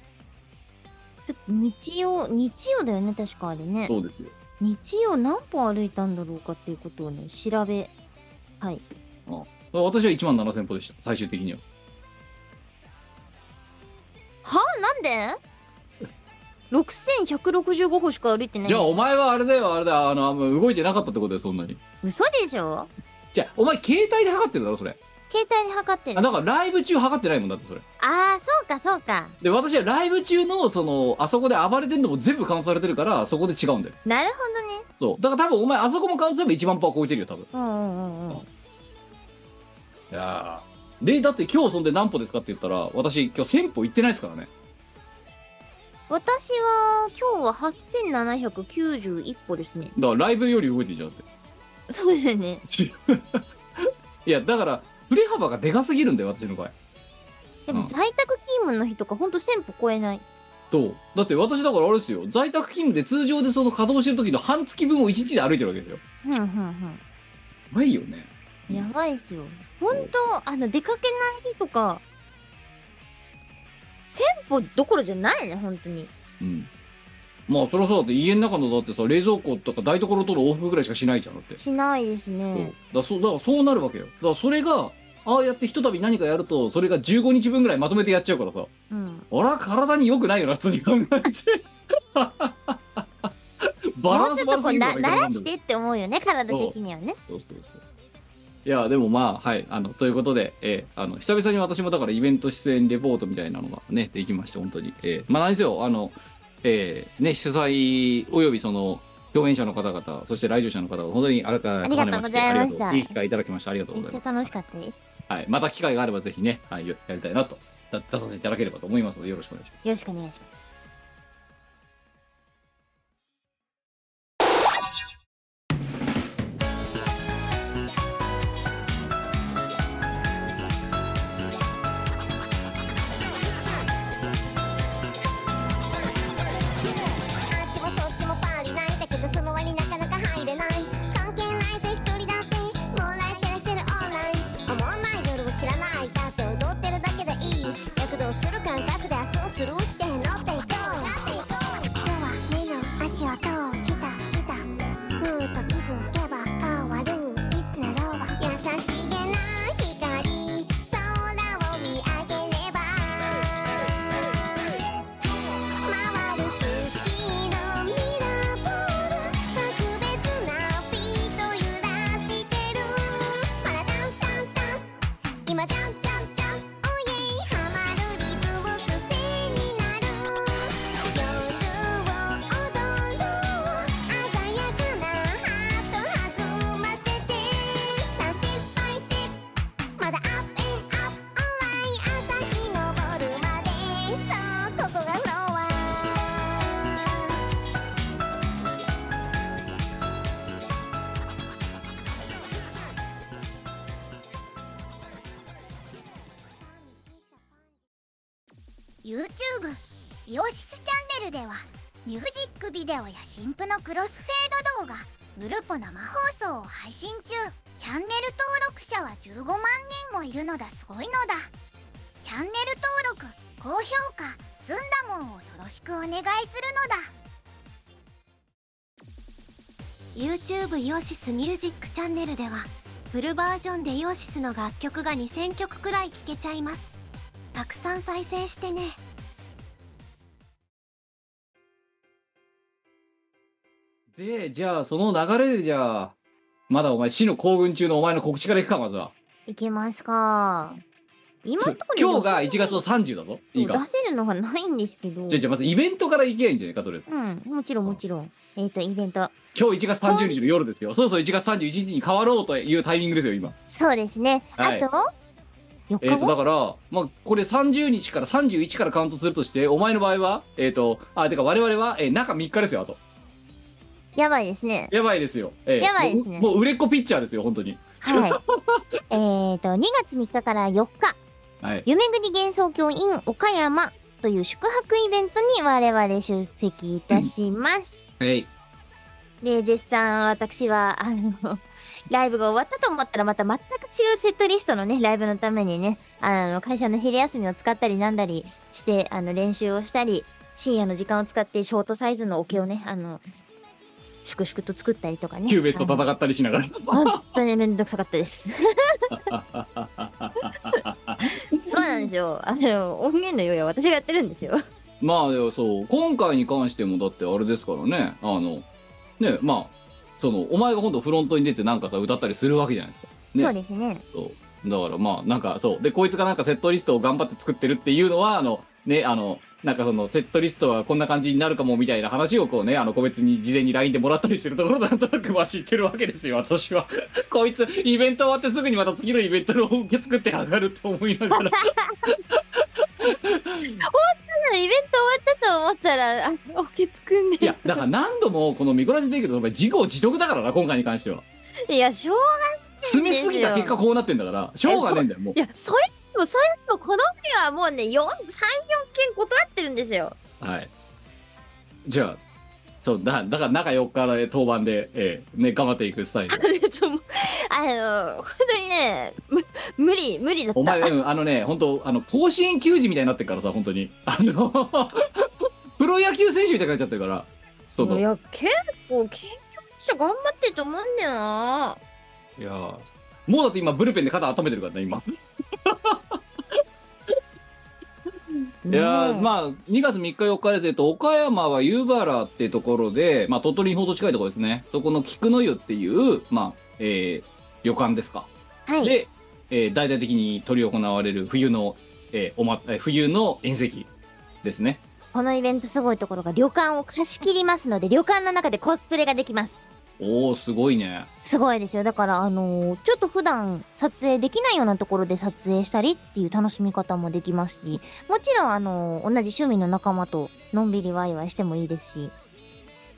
ちょっと日曜日曜だよね確かあれね。
そうですよ。
日曜何歩歩いたんだろうかっていうことをね調べ。はい。
私は1万7000歩でした、最終的には。
はなんで6165歩しか歩いてない
じゃあお前はあれだよあれだあのあんま動いてなかったってことだよそんなに
嘘でしょ
じゃあお前携帯で測ってるだろそれ
携帯で測ってる
あだからライブ中測ってないもんだってそれ
ああそうかそうか
で私はライブ中のそのあそこで暴れてんのも全部カウントされてるからそこで違うんだよ
なるほどね
そうだから多分お前あそこもカウントすれば1万歩は超えてるよ多分い
うんうんうんうん
やーでだって今日そんで何歩ですかって言ったら私今日1000歩行ってないですからね
私は今日は8791歩ですね
だからライブより動いてんじゃんって
そうだよね
いやだから振れ幅がでかすぎるんだよ私の場合
で
う
も
ん
在宅勤務の日とかほんと1000歩超えない
そうだって私だからあれですよ在宅勤務で通常でその稼働してる時の半月分を1日で歩いてるわけですよ
うんうん
うまいよね
うんやばいっすよほんとあの出かけない日とか1000歩どころじゃないねほんとに
うん。まあ、それはそうだって、家の中のだってさ、冷蔵庫とか台所との往復ぐらいしかしないじゃん、だって。
しないです
そう
ね
だそうだからそうなるわけよ。だからそれが、ああやってひとたび何かやると、それが15日分ぐらいまとめてやっちゃうからさ、
うん
あら、体に良くないよな、普通に考えて。 バランス
も
バ
う
ラ
ちょっとこう
ン
な
ス
慣らしてって思うよね体的にはね
そうそうそう。いや、でもまあ、はい。あの、ということで、えーあの、久々に私もだからイベント出演レポートみたいなのがね、できまして、本当に。えーまあ、何せよ、あの、えーね、主催、およびその、共演者の方々、そして来場者の方々、本当にあらか
ありがとうございました
ありがとういい機会いただきました。ありがとうご
めっ
ざい
ちゃ
ま
楽しかったですよ
す。はい。また機会があればぜひね、はい、やりたいなと、だ出させていただければと思いますので、よろしくお願いします。
ろしくお願いします
あっちもそっちもパーリないだけどその割になかなか入れない関係ないぜ一人だってもらえてらしてるオーライ思わない夜を知らないだって踊ってるだけでいい躍動する感覚で明日をスルーして乗って
YouTube イオシスチャンネルではミュージックビデオや新婦のクロスフェード動画ヌルポ生放送を配信中チャンネル登録者は15万人もいるのだすごいのだチャンネル登録高評価ずんだもんをよろしくお願いするのだ
YouTube イオシスミュージックチャンネルではフルバージョンでイオシスの楽曲が2000曲くらい聴けちゃいますたくさん再生してね
で、じゃあ、その流れで、じゃあ、まだお前、死の行軍中のお前の告知からいくか、まずは。
いけますか今のところ
今日が1月の30だぞ。いい
出
か。
せるのがないんですけど
じゃあ、じゃあ、まずイベントから行けばいいんじゃないか、とりあえず。
うんもちろんもちろんえっ、とイベント
今日1月30日の夜ですよ。そうそう、1月31日に変わろうというタイミングですよ、今。
そうですね、
はい
あと4
えっ、
日
と、
後、
だから、まあ、これ30日から31からカウントするとして、お前の場合は、えっ、と、あ、てか我々は、えー中3日ですよ、あと。
やばいですね
やばいですよ。ええ
やばいですね
もうもう売れっ子ピッチャーですよ、本当に。
はいえっと2月3日から4日
はい。
夢国幻想郷 in 岡山という宿泊イベントに我々出席いたします。
えい。
で、絶賛私は、あの、 ライブが終わったと思ったらまた全く違うセットリストのね、ライブのためにね、あの、会社の昼休みを使ったりなんだりして、あの、練習をしたり、深夜の時間を使ってショートサイズの桶をね、あの、粛々と作ったりとかね。
キューベースと戦ったりしながら。
あの本当にめんどくさかったです。そうなんですよ。あの、音源の用意は私がやってるんですよ。
まあでもそう今回に関してもだってあれですからねあのねまあそのお前が今度フロントに出てなんかさ歌ったりするわけじゃないですかね
そうですね。
そうだからまあなんかそうでこいつがなんかセットリストを頑張って作ってるっていうのはあのねあのなんかそのセットリストはこんな感じになるかもみたいな話をこうねあの個別に事前に LINE でもらったりしてるところなんとなくまあ知ってるわけですよ私は こいつイベント終わってすぐにまた次のイベントの音源作って上がると思いな がら
イベント終わったと思ったら、あの、おけつくんで
いやだから何度もこのミコラジでいいけどお前自業自得だからな今回に関してはい
や、しょう
詰めすぎた結果こうなってんだからしょうがねえんだよもう
いや、それでも、それでも、この日はもうね、4、3、4件断ってるんですよ。
はいじゃあそうだだから中4日で当番で、ええね、頑張っていくスタ イル
ちょもうあの、本当にね、む無理、無理だった。
お前、うん、あのね本当あの甲子園球児みたいになってるからさ本当にあの プロ野球選手みたいになっちゃってるからそうそう
い
いや
や、結構、研究者頑張ってると思うんだよな。
ーもうだって今ブルペンで肩温めてるからね今いやー
ねえ
まあ2月3日4日ですえっと岡山は湯原ってところで、まあ、鳥取にほど近いところですねそこの菊の湯っていう、まあえー旅館ですか、
はい
で、えー大々的に執り行われる冬の、えーおまえー冬の宴席ですね
このイベントすごいところが、旅館を貸し切りますので、旅館の中でコスプレができます。
おおすごいね
すごいですよ。だから、あのーちょっと普段撮影できないようなところで撮影したりっていう楽しみ方もできますし、もちろん、あのー同じ趣味の仲間とのんびりワイワイしてもいいですし、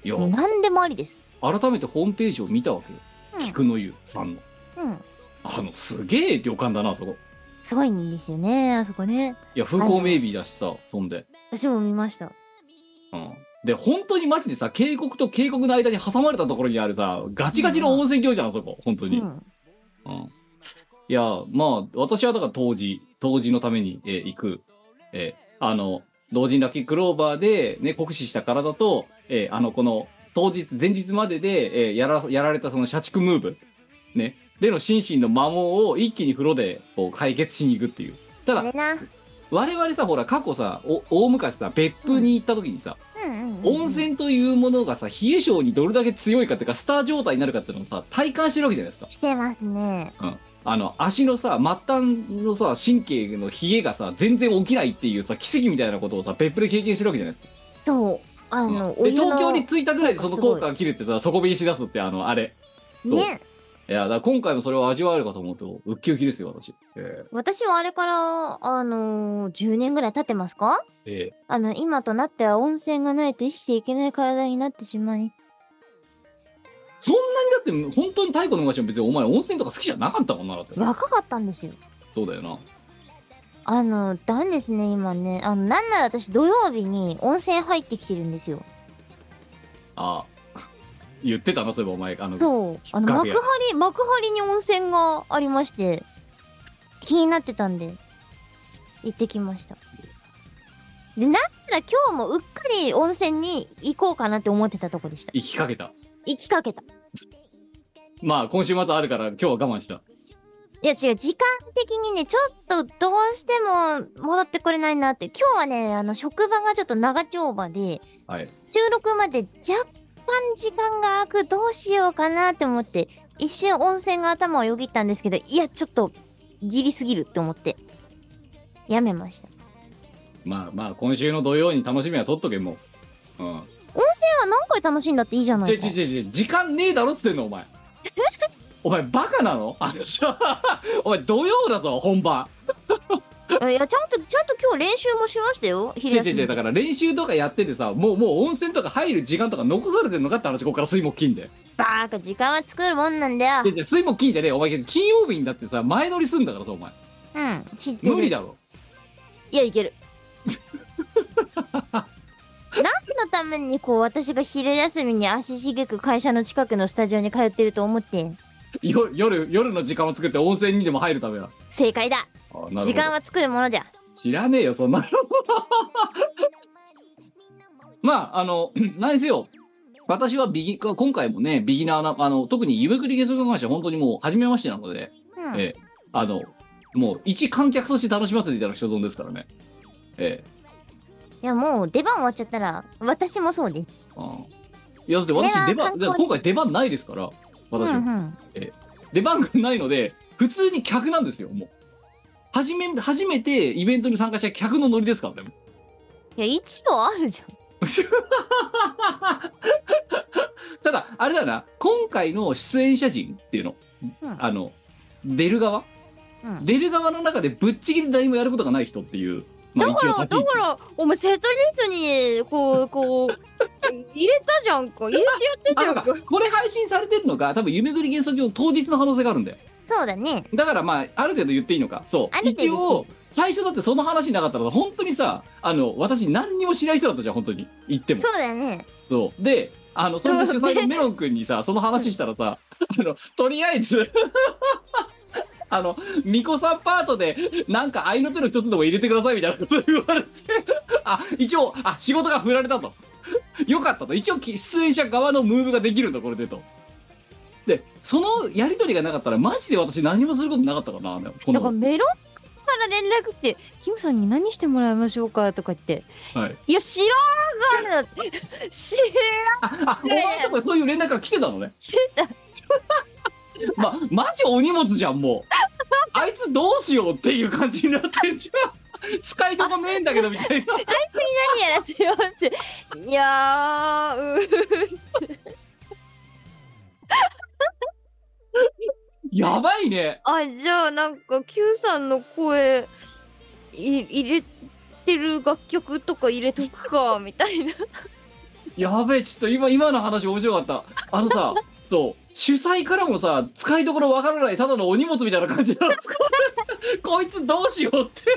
いや、
何でもありです。
改めてホームページを見たわけよ、
うん
菊の湯さんの
うん。
あのすげえ旅館だなそこ
すごいんですよね、あそこね。
いや風光明媚だしさそんで
私も見ました。
うんで本当にマジでさ渓谷と渓谷の間に挟まれたところにあるさガチガチの温泉郷じゃん、あそこ本当
う
に、
ん。
うんいやまあ私はだから当時当時のために、えー行く、えーあの同人ラッキークローバーで、ね、酷使した体と、えーあのこの当日前日までで、えーやらやられたその社畜ムーブ、ね、での心身の摩耗を一気に風呂でこう解決しに行くっていうた
あ
だ
れな。
我々さほら過去さお大昔さ別府に行った時にさ、
うんうん、うん。
温泉というものがさ冷え性にどれだけ強いかっていうかスター状態になるかっていうのをさ体感してるわけじゃないですか
来てますね。
あの足のさ末端のさ神経の冷えがさ全然起きないっていうさ奇跡みたいなことをさ別府で経験してるわけじゃないですか、
そう。あ
うん
の、お
で
湯の
東京に着いたぐらいでその
なん
効
かす
果が切れてさ底火しだすってあのあれそう
ね。
いやだから今回もそれを味わえるかと思うとウッキウキですよ私え
私はあれから、あのー10年ぐらい経ってますか
えええ
あの、今となっては温泉がないと生きていけない体になってしまい。
そんなにだって本当に太古の昔も別にお前温泉とか好きじゃなかったもんなだって
若かったんですよ。
そうだよな
あの、ダウンですね、今ね。あの、なんなら私土曜日に温泉入ってきてるんですよ。
ああ言ってたのそういえばお前あの
そう。あの、
楽
幕
屋
張、幕張に温泉がありまして、気になってたんで、行ってきました。で、なんなら今日もうっかり温泉に行こうかなって思ってたとこでした。
行きかけた
行きかけた。
まあ今週末あるから今日は我慢した
いや違う、時間的にね、ちょっとどうしても戻ってこれないなって。今日はね、あの、職場がちょっと長丁場で、
はい
収録まで若干時間が空く、どうしようかなって思って、一瞬温泉が頭をよぎったんですけど、いや、ちょっと、ギリすぎるって思って、やめました。
まあまあ今週の土曜に楽しみは取っとけもううん
温泉は何回楽しんだっていいじゃな
ちょ
い
いちょ
か
い。ちょいちょい時間ねえだろっつってんのお 前お前バカなのあの お前土曜だぞ本番
いや、ちゃんと、ちゃんと今日練習もしましたよ、昼
ちょい
休
ち
み
ょいちょいだから練習とかやっててさもうもう温泉とか入る時間とか残されてんのかって話ここから水木金で
バーカ、時間は作るもんなんだよ
ちょ。いちょい水木金じゃねえよお前金曜日にだってさ前乗りすんだからさお前
うん、知ってる。
無理だろ
いや、い ける。何のためにこう私が昼休みに足しげく会社の近くのスタジオに通ってると思ってん
よ夜夜の時間を作って温泉にでも入るためだ
正解だ
あなるほど
時間は作るものじゃ
知らねえよそんなの まああの 何せよ私はビギ今回もねビギナーなあの特に夢くり下足に関しては本当にもう初めましてなので、
うん
ええあのもう一観客として楽しませていただく所存ですからねええ
いやもう出番終わっちゃったら私もそうです
うんいやだって私
これは
出
観
番
光
だから今回出番ないですから
うん
私は、
うん
出番がないので普通に客なんですよもう初め初めてイベントに参加した客のノリですからね
いや一応あるじゃん
ただあれだな今回の出演者陣っていうの、
うん
あの出る側、
うん
出る側の中でぶっちぎり何もやることがない人っていう、まあ、
だか
一応
ら
立
だ
ち位置
からお前セットリストにこうこう入れたじゃんか入れてやって
あ
じゃ
そうんか
か
これ配信されてるのが多分夢ぐり幻想郷当日の可能性があるんだよ
そうだね
だからまあある程度言っていいのかそ
あ
う
る程度
一応最初だってその話なかったら本当にさあの私何にもしない人だったじゃん本当に言っても
そうだね
そうであのその主催のメロン君にさその話したら さあのとりあえず あの巫女さんパートでなんか愛の手の一つでも入れてくださいみたいなこと言われてあ一応あ仕事が振られたとよかったと一応き出演者側のムーブができるんだこれでとでそのやり取りがなかったらマジで私何もすることなかったかなあの
だか
こ
ら
の
メロンから連絡って、キムさんに何してもらいましょうかとか言って、
はい
いや、知らんがな、知
ああお前のとこにそういう連絡が来てたのね
らん
ま、マジお荷物じゃんもうあいつどうしようっていう感じになってんじゃん使いどこねえんだけどみたいな
何やらせようって。いやー、うー
やばいね
あ、じゃあなんか、Q さんの声、い入れてる楽曲とか入れとくか、みたいな。
やべえちょっと今今の話面白かったあ のさそう主催からもさ使いどころわからないただのお荷物みたいな感じなの使われてこいつどうしようって
その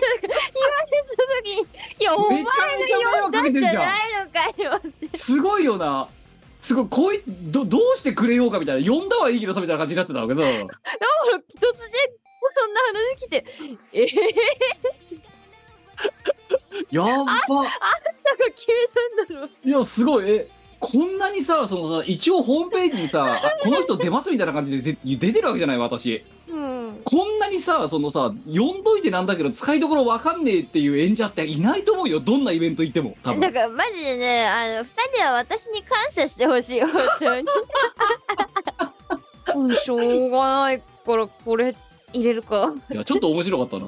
時に、いや、お
め
前
ちゃめちゃ迷惑かけてる
じ
じ
ゃ
ゃん
ないのかよ。
すごいよなすごいこいどどうしてくれようかみたいな呼んだはいいけどさみたいな感じになってたわけだ
だから突然そんな話来て「えー、
やっ
な
ば
んか消えたんだろう
いやすごいえこんなにさそのさ一応ホームページにさあこの人出ますみたいな感じで出出てるわけじゃない私」
うん
こんなにさそのさ呼んどいてなんだけど使いどころわかんねえっていう演者っていないと思うよどんなイベント行っても多
だ
分
からマジでねあの2人は私に感謝してほしい本当にうんしょうがないからこれ入れるか
いやちょっと面白かったな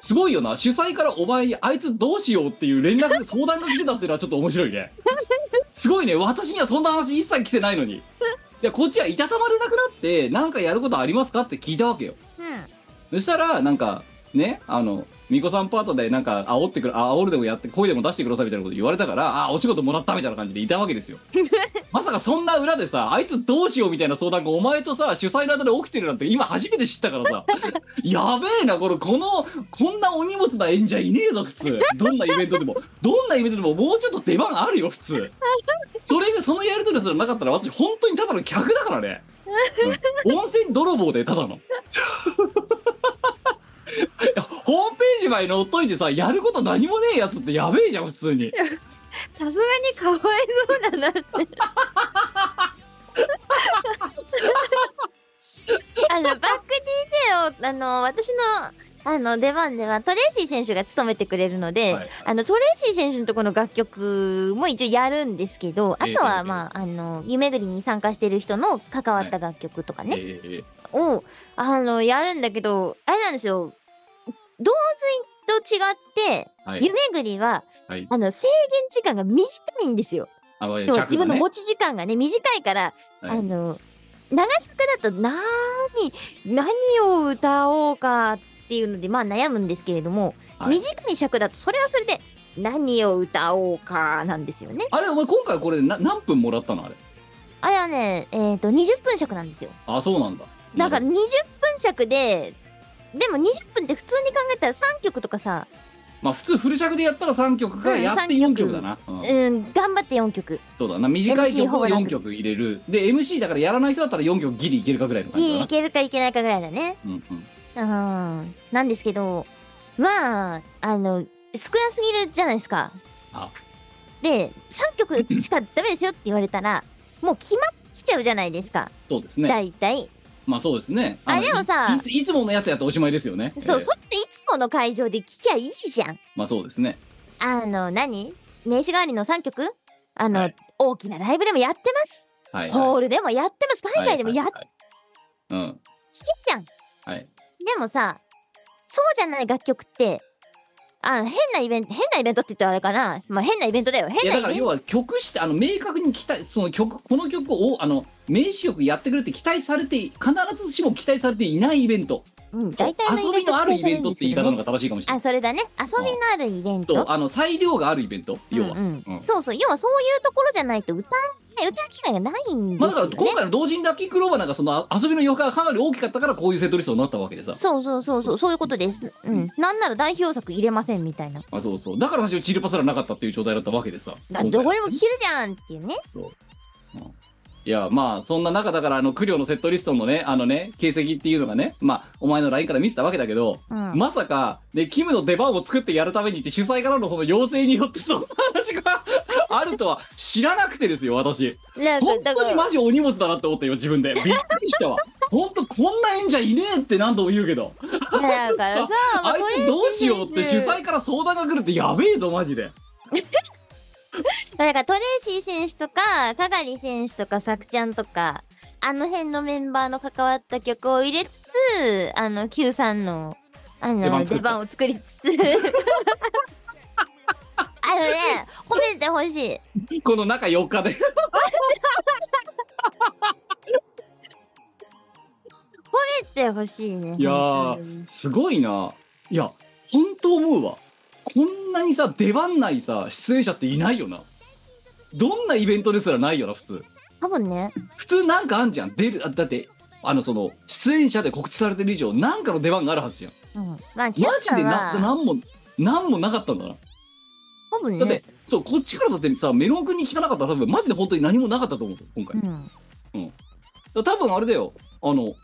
すごいよな主催からお前にあいつどうしようっていう連絡相談が来てたっていうのはちょっと面白いねすごいね私にはそんな話一切来てないのにいやこっちはいたたまれなくなってなんかやることありますかって聞いたわけよ
うん
そしたらなんかねあの巫女さんパートでなんか煽ってくるあ煽るでもやって声でも出してくださいみたいなこと言われたからあお仕事もらったみたいな感じでいたわけですよまさかそんな裏でさあいつどうしようみたいな相談がお前とさ主催の間で起きてるなんて今初めて知ったからさ やべえなこれこのこんなお荷物な演者いねえぞ普通どんなイベントでもどんなイベントでももうちょっと出番あるよ普通それがそのやり取りすらなかったら私本当にただの客だからね、うん温泉泥棒でただのいやホームページまで載っといてさやること何もねえやつってやべえじゃん普通に
さすがにかわいそうだなってあのバック DJ をあの私のあの出番ではトレーシー選手が務めてくれるので、
はい
あのトレーシー選手のところの楽曲も一応やるんですけどあ
ええ
と
ええ
は、まあ、あの湯巡りに参加してる人の関わった楽曲とかね、
ええええ
をあのやるんだけどあれなんですよ同髄と違って、
は
湯
い、
巡りは
はい、
あの制限時間が短いんですよ。
あの
要は自分の
尺度ね
持ち時間がね短いから、
はい
あの長尺だとなーに何を歌おうかっていうのでまあ悩むんですけれども、
はい
短い尺だとそれはそれで何を歌おうかなんですよね。
あれお前今回これな何分もらったのあれ
あれはねえっ、と20分尺なんですよ。
あそうなんだ
だから20分尺ででも20分って普通に考えたら3曲とかさ、
まあ普通フル尺でやったら3曲か
うん
やって
三曲
4曲だな、うん
うん、頑張って4曲
そうだな短い
MC
曲
ほ
を
ぼなく
4曲入れるで MC だからやらない人だったら4曲ギリいけるかぐらいの感
ギ
じだ
リ
ない
けるかいけないかぐらいだね。
うんうん
うん、なんですけど、まあ、あの、少なすぎるじゃないですか。
あ
で、3曲しかダメですよって言われたら、もう決まってきちゃうじゃないですか。
そうですね
大体。
まあそうですねの
あでもさ
いついつものやつやっておしまいですよね
そ
え
う、
え
それっていつもの会場で聞きゃいいじゃん。
まあそうですね
あの、何名刺代わりの3曲あの、
はい
大きなライブでもやってます。
はいはい
ホールでもやってます。海外でもやっ
は
て
いはいはいうん
きゃじゃん。
はい
でもさ、そうじゃない楽曲って、あ変なイベント、変なイベントって言ったらあれかな。まあ変なイベントだよ。
い
変な
やだ
イ
から
ベン
要
ト。
は曲してあの明確に期待その曲この曲をあの名詞よくやってくれって期待されて必ずしも期待されていないイベント
うん、大体のイ
遊
ベン
び
ト
のあるイベント
んで
っ
す
て言
け
い方
ど
の
ね
方が正しいかもしれない
あ、それだね。遊びのあるイベン
そう
ト。
あの裁量があるイベント要は、
うんうん
うん
そうそう。要はそういうところじゃないと歌えない、歌う機会がないんです
まあ、だか
よ
ら
ね。
今回の同時にラッキークローバーなんかそのあ遊びの余暇がかなり大きかったからこういうセットリストになったわけでさ
そうそうそうそう、そういうことです。うん。なんなら代表作入れませんみたいな。
あそうそうだから最初チルパすらなかったっていう状態だったわけでさ
だ
今回
どこでも聴けるじゃんっていうね。
いやまあそんな中だからあのクリオのセットリストのねあのね形跡っていうのがねまあお前の LINE から見せたわけだけど、
うん。
まさかでキムの出番を作ってやるためにって主催からのその要請によってそんな話が あるとは知らなくてですよ私
だから
本
だ
当
か
に
ら
マジお荷物だなって思ったよ自分でびっくりしたわ本当こんな演者いねえって何度も言うけど
だからさ、ま
あいつどうしようって主
とりあえず
催から相談が来るってやべえぞマジで
だからトレーシー選手とか、かがり選手とか、さくちゃんとか、あの辺のメンバーの関わった曲を入れつつ、あの、Q さんの、あ
出番
の、
作った
出番を作りつつ。あ のね、褒めてほしい。
この中4日で
褒めてほしいね。
いや
本当に
ーすごいないや本当思うわこんなにさ出番ないさ出演者っていないよなどんなイベントですらないよな普通
多分ね、
普通なんかあんじゃん出るあだってあのその出演者で告知されてる以上なんかの出番があるはずじゃん
うん。まあ、Q
マジ
さ
で
ん
な
は、
なんもなんもなかったんだな
多分
だって
ね、
そうこっちからだってさメロン君に聞かなかったら多分マジで本当に何もなかったと思う今回
うん。
多分あれだよあの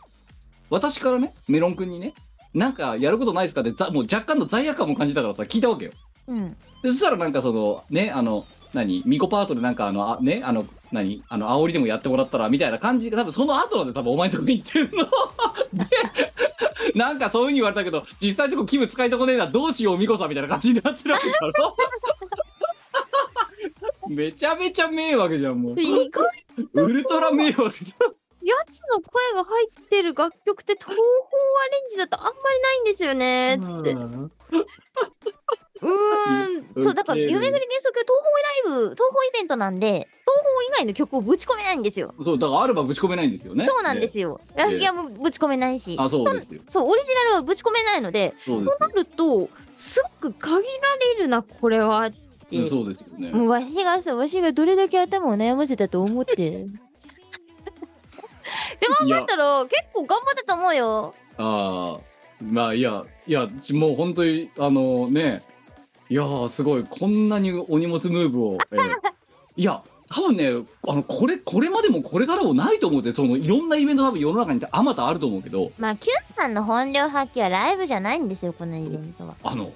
私からねメロン君にねなんかやることないですかってざもう若干の罪悪感も感じたからさ聞いたわけよ
うん。
でそしたらなんかそのねあの何ミコパートでなんかあのあねあの何あの煽りでもやってもらったらみたいな感じが多分その後なんで多分お前のとこ行ってる のでなんかそういうふうに言われたけど実際のとこ気分使いとこねえなどうしようミコさんみたいな感じになってるわけだ ろめちゃめちゃ迷惑じゃんもう
意外と
ウルトラ迷惑じゃん
やつの声が入ってる楽曲って東方アレンジだとあんまりないんですよね、つって。
うん
うーん、そう、だから、
うん
夢ぐり原則、東宝ライブ、東宝イベントなんで、東宝以外の曲をぶち込めないんですよ。
そうだからあればぶち込めないんですよね
そうなんで
よ、
すよ。ラスギアもぶち込めないし
ええ。あそうですよ
そう、オリジナルはぶち込めないので、
そうで
となると、すごく限られるな、これはって。
すよ、うんそうですよね
もうわしがさ、わしがどれだけ頭を悩ませたと思って。 で、頑張ったら、結構頑張ったと思うよ。
ああまあいやいやちもう本当にあのねいやーすごいこんなにお荷物ムーブを、えーいや多分ねあのこれこれまでもこれからもないと思うてそのいろんなイベント多分世の中にってあまたあると思うけど
まあ、キュースさんの本領発揮はライブじゃないんですよ、このイベントは。
あの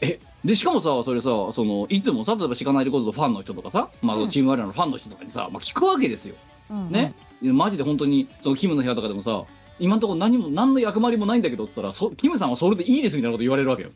えでしかもさそれさそのいつもさ例えば知らないことのファンの人とかさ、まあ
うん
チームアリアのファンの人とかにさ、まあ、聞くわけですよ
うんうん
ね、マジで本当にそのキムの部屋とかでもさ今のところ何も何の役回りもないんだけどっつったらそキムさんはそれでいいですみたいなこと言われるわけよ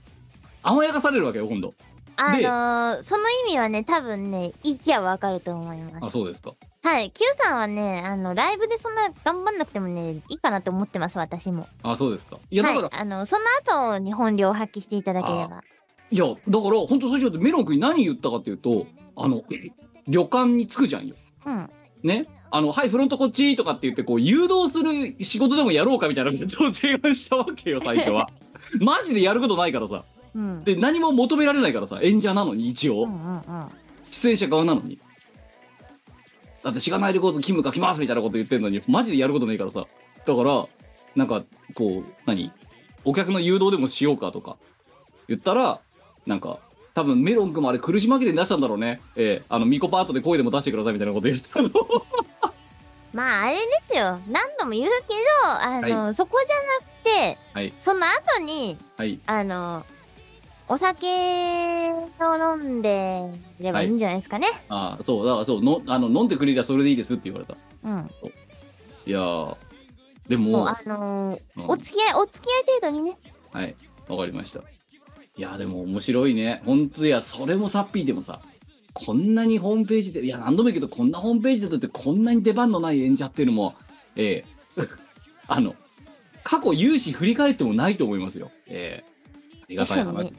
甘やかされるわけよ今度
あのー、その意味はね、多分ね、意気はわかると思いま
あ
す。
そうですか
はい、Q さんはね、あの、ライブでそんな頑張んなくてもね、いいかなと思ってます、私も。
あそうですかいや
は
だか
い
ら、、
あの、その後に本領を発揮していただければ。
い、やだから本当最初メロン君に何言ったかっていうとあの え旅館に着くじゃんよ
うん。
ねあのはいフロントこっちとかって言ってこう誘導する仕事で もやろうかみたいなことを提案したわけよ最 初はマジでやることないからさ
うん。
で何も求められないからさ演者なのに一応、
うんうんうん。
出演者側なのにだって「しがないレコーズキムが来ます」みたいなこと言ってんのにマジでやることないからさだからなんかこう何お客の誘導でもしようかとか言ったらなんか多分メロン君もあれ苦し紛れに出したんだろうねええあのミコパートで声でも出してくださいみたいなこと言ったの
まあ、あれですよ。何度も言うけど、あの、そこじゃなくて、
はい
その後に、
はい
あの、お酒を飲んでればいいんじゃないですかね。
ああそうだからそうのあの飲んでくれりゃそれでいいですって言われた
うん。
いやーで
もう、
も
あのー
うん
お付き合い、お付き合い程度 にね。
はい、わかりました。いや、でも面白いね。本当いや、それもさっぴーでもさ、こんなにホームページで、いや、何度も言うけど、こんなホームページでだってこんなに出番のない演者っていうのも、ええ あの、過去有志振り返ってもないと思いますよ。ええありがたい
確か
話。
に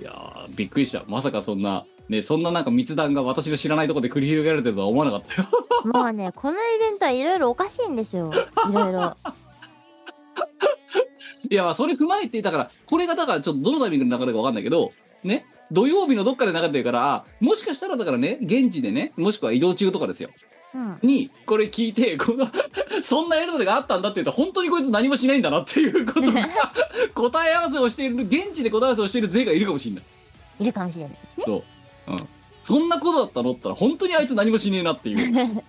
いやー、びっくりした。まさかそんな、ね、そんななんか密談が私の知らないところで繰り広げられてるとは思わなかったよ。
もうね、このイベントはいろいろおかしいんです よ。いろいろ。
いや、まあそれ踏まえて、だから、これがだから、ちょっとどのタイミングの流れかわかんないけど、ね、土曜日のどっかで流れてるから、あもしかしたらだからね、現地でね、もしくは移動中とかですよ、
うん。
に、これ聞いて、この そんなやりとりがあったんだって言うと、本当にこいつ何もしないんだなっていうことが、答え合わせをしている、現地で答え合わせをしている勢がいるかもしれない。
いるかもしれない。
そう。うん。そんなことだったのって言ったら、本当にあいつ何もしねえなっていう。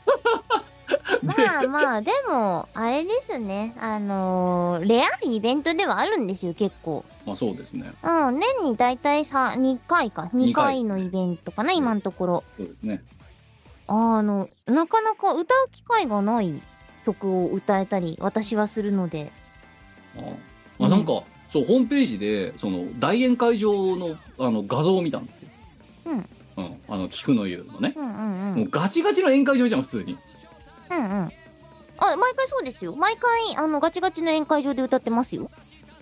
まあまあ、でも、あれですね。あのーレアなイベントではあるんですよ、結構。
まあそうですね。
うん、年に大体さ、2回か。2
二回
回のイベントかな、今のところ。
そうですね。
あの、なかなか歌う機会がない曲を歌えたり、私はするので。
あまあなんか、そうホームページでその大宴会場のあの画像を見たんですよ。
うん。
うん、あの菊の湯のね、
うんうんう。
もうんガチガチの宴会場じゃん普通に。
うんうん。あ、毎回そうですよ。毎回、あの、ガチガチの宴会場で歌ってますよ。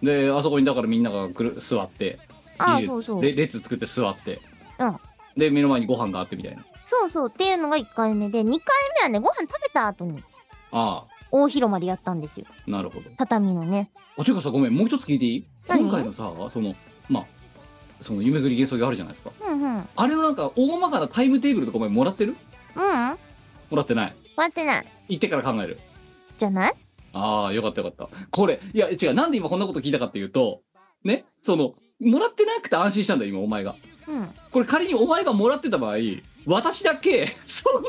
であそこにだからみんなが来る座って、
ああ、
いい
そうそう。
で列作って座って、
うん
で目の前にご飯があってみたいな。
そうそうっていうのが1回目で2回目はねご飯食べた後に
あ
大広間でやったんですよ
あなるほど。
畳のね
あちゅうかさごめんもう一つ聞いていい？
何
今回のさそのまあその夢ぐり幻想があるじゃないですか。
うんうんうん
あれのなんか大まかなタイムテーブルとかお前もらってる？
待
もらってない。
ってない
行ってから考える。
じゃない
ああ、よかったよかった。これ、いや、違う、なんで今こんなこと聞いたかっていうと、ね、その、もらってなくて安心したんだよ、今、お前が。
うん
これ、仮にお前がもらってた場合、私だけ、 その、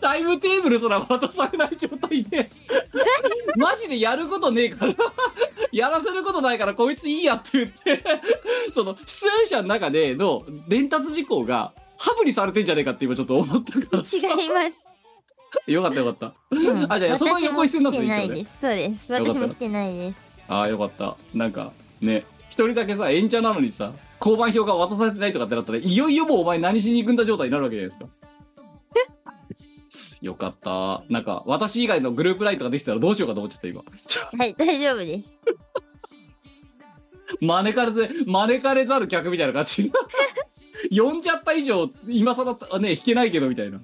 タイムテーブルすら渡されない状態で、 マジでやることねえから、 やらせることないから、こいついいやって言って、 その、出演者の中での伝達事項が、ハブにされてんじゃねえかって今ちょっと思ったからさ
違います、
よかったよかった。
うん、
あ、じゃあ、そこは横一線だった
私も来て
一
な
応
い
ね
ですそうです
よかった
私も来てないです
ああよかったなんかね一人だけさ演者なのにさ交番表が渡されてないとかってなったらいよいよもうお前何しに行くんだ状態になるわけじゃないですかよかったなんか私以外の グループラインとかできてたらどうしようかと思っちゃった今
はい大丈夫です
招かれて招かれざる客みたいな感じ 呼んじゃった以上今更ね弾けないけどみたいな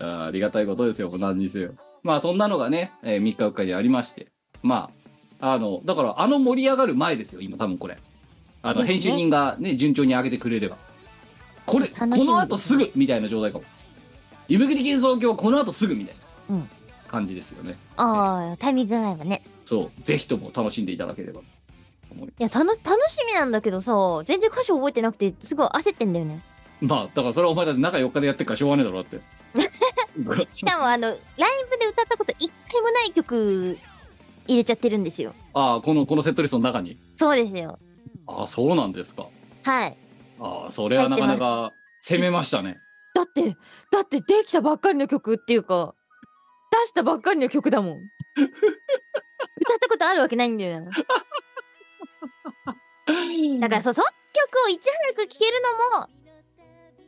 あーありがたいことですよ何にせよまあそんなのがね、え3日4日にありましてまああのだからあの盛り上がる前ですよ今多分これあの
ですね
編集人がね順調に上げてくれればこれこ
楽しみ
の後すぐみたいな状態かも夢切り幻想郷この後すぐみたいな
うん
感じですよね、
ああ、タイミングが合えばね。
そうぜひとも楽しんでいただければ
いや、楽し、楽しみなんだけどさ、全然歌詞覚えてなくて、すごい焦ってんだよね。
まあだからそれはお前だって中4日でやってるからしょうがねえだ ろだって
しかも、あの、ライブで歌ったこと一回もない曲、入れちゃってるんですよ。
ああこのこのセットリストの中に
そうですよ。
ああそうなんですか
はい。
ああそれはなかなか攻めましたね
だって、だってできたばっかりの曲っていうか、出したばっかりの曲だ もん。歌ったことあるわけないんだよな。だからそう、その曲をいち早く聴けるのも、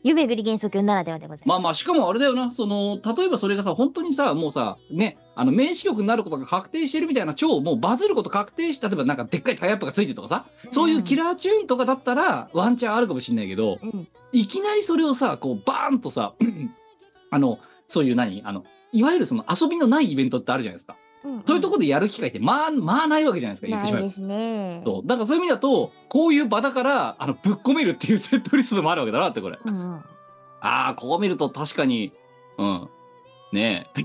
夢ぐり幻想郷ならではでございま
まあまあしかもあれだよなその例えばそれがさ本当にさもうさねあの名詞曲になることが確定してるみたいな超もうバズること確定して例えばなんかでっかいタイアップがついてるとかさそういうキラーチューンとかだったらワンチャンあるかもしんないけど、
す。うん。
いきなりそれをさ、こう、バーンとさ、 あの、そういう何あの、いわゆるその遊びのないイベントってあるじゃないですか。そういうとこでやる機会って、まあ、まあないわけじゃないですか、言っ
な
てし
い
まえば
で。すね。
そう。だからそういう意味だと、こういう場だから、あの、ぶっ込めるっていうセットリストもあるわけだなって、これ。
うんうん
ああ、こう見ると確かに、うん。ねえ。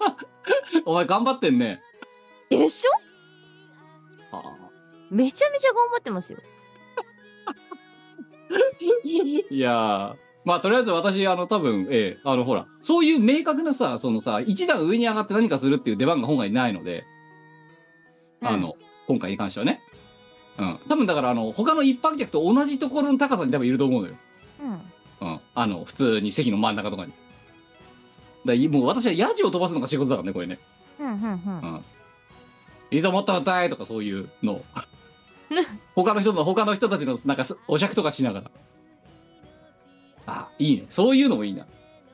お前頑張ってんね。
でしょ
ああ
めちゃめちゃ頑張ってますよ。
いやーまあとりあえず私あの多分ええあのほらそういう明確なさそのさ一段上に上がって何かするっていう出番が本来ないので、あの今回に関してはねうん多分だからあの他の一般客と同じところの高さに多分いると思うのよ、
うん。
うん、あの普通に席の真ん中とかにだからもう私はヤジを飛ばすのが仕事だからねこれね
うんうんうん。
「いざもっと歌え!」とかそういうの を他の人の他の人たちのなんかすお酌とかしながらあいいねそういうのもいいな、